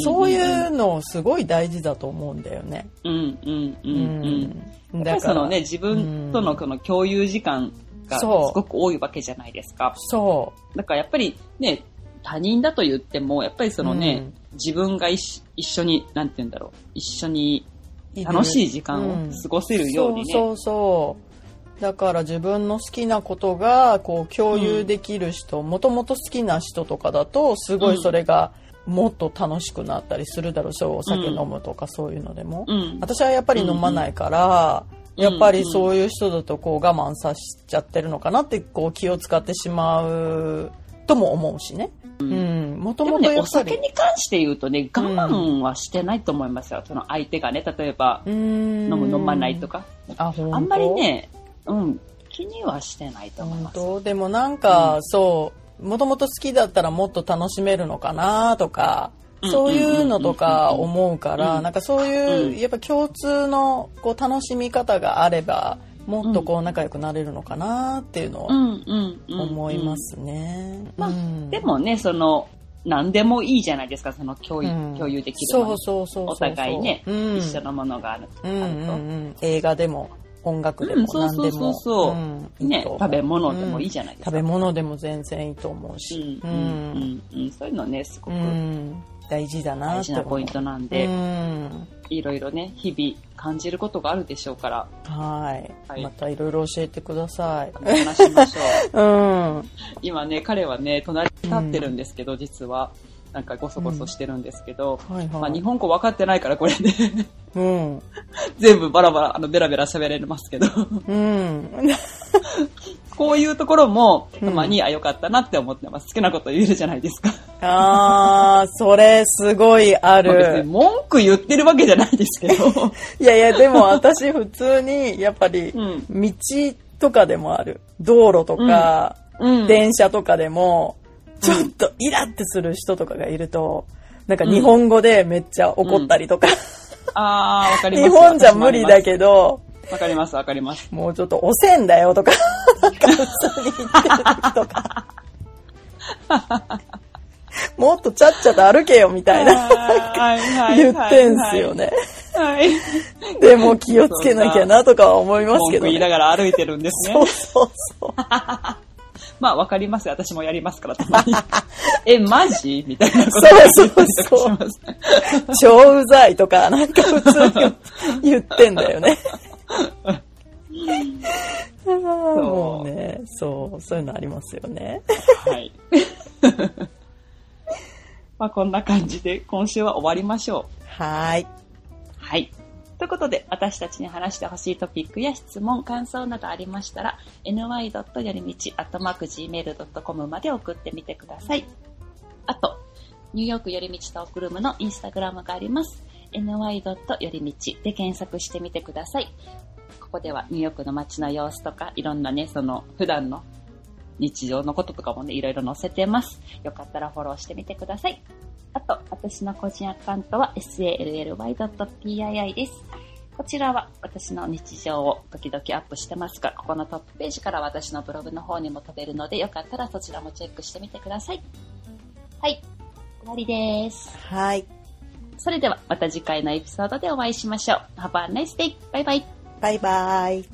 [SPEAKER 2] そうい。うのすごい大事だと思うんだよね。
[SPEAKER 1] うんうんう
[SPEAKER 2] うん
[SPEAKER 1] うん。
[SPEAKER 2] ん
[SPEAKER 1] やっぱりそのね、自分とのこの共有時間がす
[SPEAKER 2] そう
[SPEAKER 1] ごく多いわけじゃないですか。
[SPEAKER 2] そ
[SPEAKER 1] だからやっぱりね、他人だと言っても、やっぱり
[SPEAKER 2] う。
[SPEAKER 1] そのね、自分が一緒一緒に、なんて言うんだろう、一緒に楽しい時間を過ごせるようにね、
[SPEAKER 2] そうそうそう。だから自分の好きなことがこう共有できる人、もともと好きな人とかだとすごいそれがもっと楽しくなったりするだろうし、お酒飲むとかそういうのでも。
[SPEAKER 1] うん、
[SPEAKER 2] 私はやっぱり飲まないから、
[SPEAKER 1] うん
[SPEAKER 2] やっぱりそういう人だとこう我慢させちゃってるのかなってこう気を使ってしまうとも思うしね。うん。もと
[SPEAKER 1] でも
[SPEAKER 2] もと
[SPEAKER 1] ね、
[SPEAKER 2] や
[SPEAKER 1] お
[SPEAKER 2] っぱ
[SPEAKER 1] 酒
[SPEAKER 2] り。
[SPEAKER 1] に関して言うとね、我慢はしてないと思いますよ。その相手がね、例えば、
[SPEAKER 2] 飲
[SPEAKER 1] 飲む、飲まないとか。
[SPEAKER 2] あ、ほんと
[SPEAKER 1] あんまり。ね、うん、気にはしてないと思い
[SPEAKER 2] 本
[SPEAKER 1] ます。
[SPEAKER 2] 当でもなんか、そう、もともと好きだったらもっと楽しめるのかなとか、
[SPEAKER 1] うん
[SPEAKER 2] そういうのとか思うから、
[SPEAKER 1] うん
[SPEAKER 2] なんかそういう、
[SPEAKER 1] うん
[SPEAKER 2] やっぱ共通のこう楽しみ方があれば、もっとこう仲良くなれるのかなっていうのは
[SPEAKER 1] うんうんうん。
[SPEAKER 2] 思いま。すね。
[SPEAKER 1] まあ
[SPEAKER 2] うん
[SPEAKER 1] でもね、その、何でもいいじゃないですか、その共有,、
[SPEAKER 2] うん
[SPEAKER 1] 共有できるも
[SPEAKER 2] そうそうそうそう
[SPEAKER 1] お互いね
[SPEAKER 2] うん、
[SPEAKER 1] の、一緒のものがあるあると。
[SPEAKER 2] うんうんうん、映画でも音楽でも
[SPEAKER 1] うんそう
[SPEAKER 2] 何
[SPEAKER 1] そう
[SPEAKER 2] で
[SPEAKER 1] そう
[SPEAKER 2] も
[SPEAKER 1] そう
[SPEAKER 2] うんいい
[SPEAKER 1] ね、
[SPEAKER 2] と思う
[SPEAKER 1] 食べ物でもいいじゃないです
[SPEAKER 2] 食
[SPEAKER 1] か。
[SPEAKER 2] べ物でも全然いいと思うし、
[SPEAKER 1] うんうんうんうん、そういうのね、すご
[SPEAKER 2] う
[SPEAKER 1] く
[SPEAKER 2] ん大事だな
[SPEAKER 1] 大
[SPEAKER 2] って
[SPEAKER 1] 事
[SPEAKER 2] 思う
[SPEAKER 1] なポイントなん
[SPEAKER 2] う
[SPEAKER 1] で、
[SPEAKER 2] ん
[SPEAKER 1] いろいろね、日々感じることがあるでしょうから、
[SPEAKER 2] はい、
[SPEAKER 1] はい
[SPEAKER 2] またいろいろ教えてください。
[SPEAKER 1] 話しましょう。
[SPEAKER 2] うん、
[SPEAKER 1] 今ね、彼はね、隣に立ってるんですけど、実は、なんかごそごそしてるんですけど、
[SPEAKER 2] はい
[SPEAKER 1] ま
[SPEAKER 2] は
[SPEAKER 1] あ、日
[SPEAKER 2] い。
[SPEAKER 1] 本語分かってないから、これで、
[SPEAKER 2] うん、
[SPEAKER 1] 全部バラバラ、あの、ベラベラ喋れますけど、
[SPEAKER 2] うん、
[SPEAKER 1] こういうところも、
[SPEAKER 2] う
[SPEAKER 1] た
[SPEAKER 2] ん
[SPEAKER 1] まに、あ、よかったなって思ってます。好きなこと言えるじゃないですか。
[SPEAKER 2] あー、それすごいあ
[SPEAKER 1] まあ別
[SPEAKER 2] る
[SPEAKER 1] に。文句言ってるわけじゃないですけど、
[SPEAKER 2] いやいや、でも私普通に、やっぱり、
[SPEAKER 1] うん
[SPEAKER 2] 道とかでもある。道路とか、
[SPEAKER 1] うん
[SPEAKER 2] 電車とかでも、ちょっとイラってする人とかがいると、なんか日本語でめっちゃ怒ったりとか、
[SPEAKER 1] あー、わかります。
[SPEAKER 2] 日本じゃ無理だけど、
[SPEAKER 1] ど。わかります、わかります。
[SPEAKER 2] もうちょっとおせんだよとか、なんか普通に言ってる時とか。もっとちゃっちゃと歩けよみたいな
[SPEAKER 1] はいは
[SPEAKER 2] 言ってんすよ。ね。
[SPEAKER 1] はい。
[SPEAKER 2] でも気をつけなきゃなとかは思いますけ
[SPEAKER 1] 文句
[SPEAKER 2] ど
[SPEAKER 1] 言いな
[SPEAKER 2] ね。
[SPEAKER 1] がら歩いてるんですね
[SPEAKER 2] そ。うそうそう。
[SPEAKER 1] まあ、わかります。私もやりますから、たまに。 え、マジみたいなこと
[SPEAKER 2] そうそう
[SPEAKER 1] と
[SPEAKER 2] そう
[SPEAKER 1] かします
[SPEAKER 2] 超うざいとか、なんか普通に言ってんだよね。あーもうね、そう、そういうのありますよね。
[SPEAKER 1] はい。 まあ、こんな感じで、今週は終わりましょ
[SPEAKER 2] はーい。
[SPEAKER 1] う。はい。ということで、私たちに話してほしいトピックや質問、感想などありましたら、ny. よりみち、アットマーク gmail.com まで送ってみてください。あと、ニューヨークよりみちトークルームのインスタグラムがあります。ny. よりみちで検索してみてください。ここではニューヨークの街の様子とか、いろんなね、その、普段の日常のこととかもね、いろいろ載せてます。よかったらフォローしてみてください。あと、私の個人アカウントは sally.pii です。こちらは私の日常を時々アップしてますが、ここのトップページから私のブログの方にも飛べるので、よかったらそちらもチェックしてみてください。はい、終わりです。
[SPEAKER 2] はい。
[SPEAKER 1] それではまた次回のエピソードでお会いしましょう。Have a nice day! バイバイ
[SPEAKER 2] バイバイ。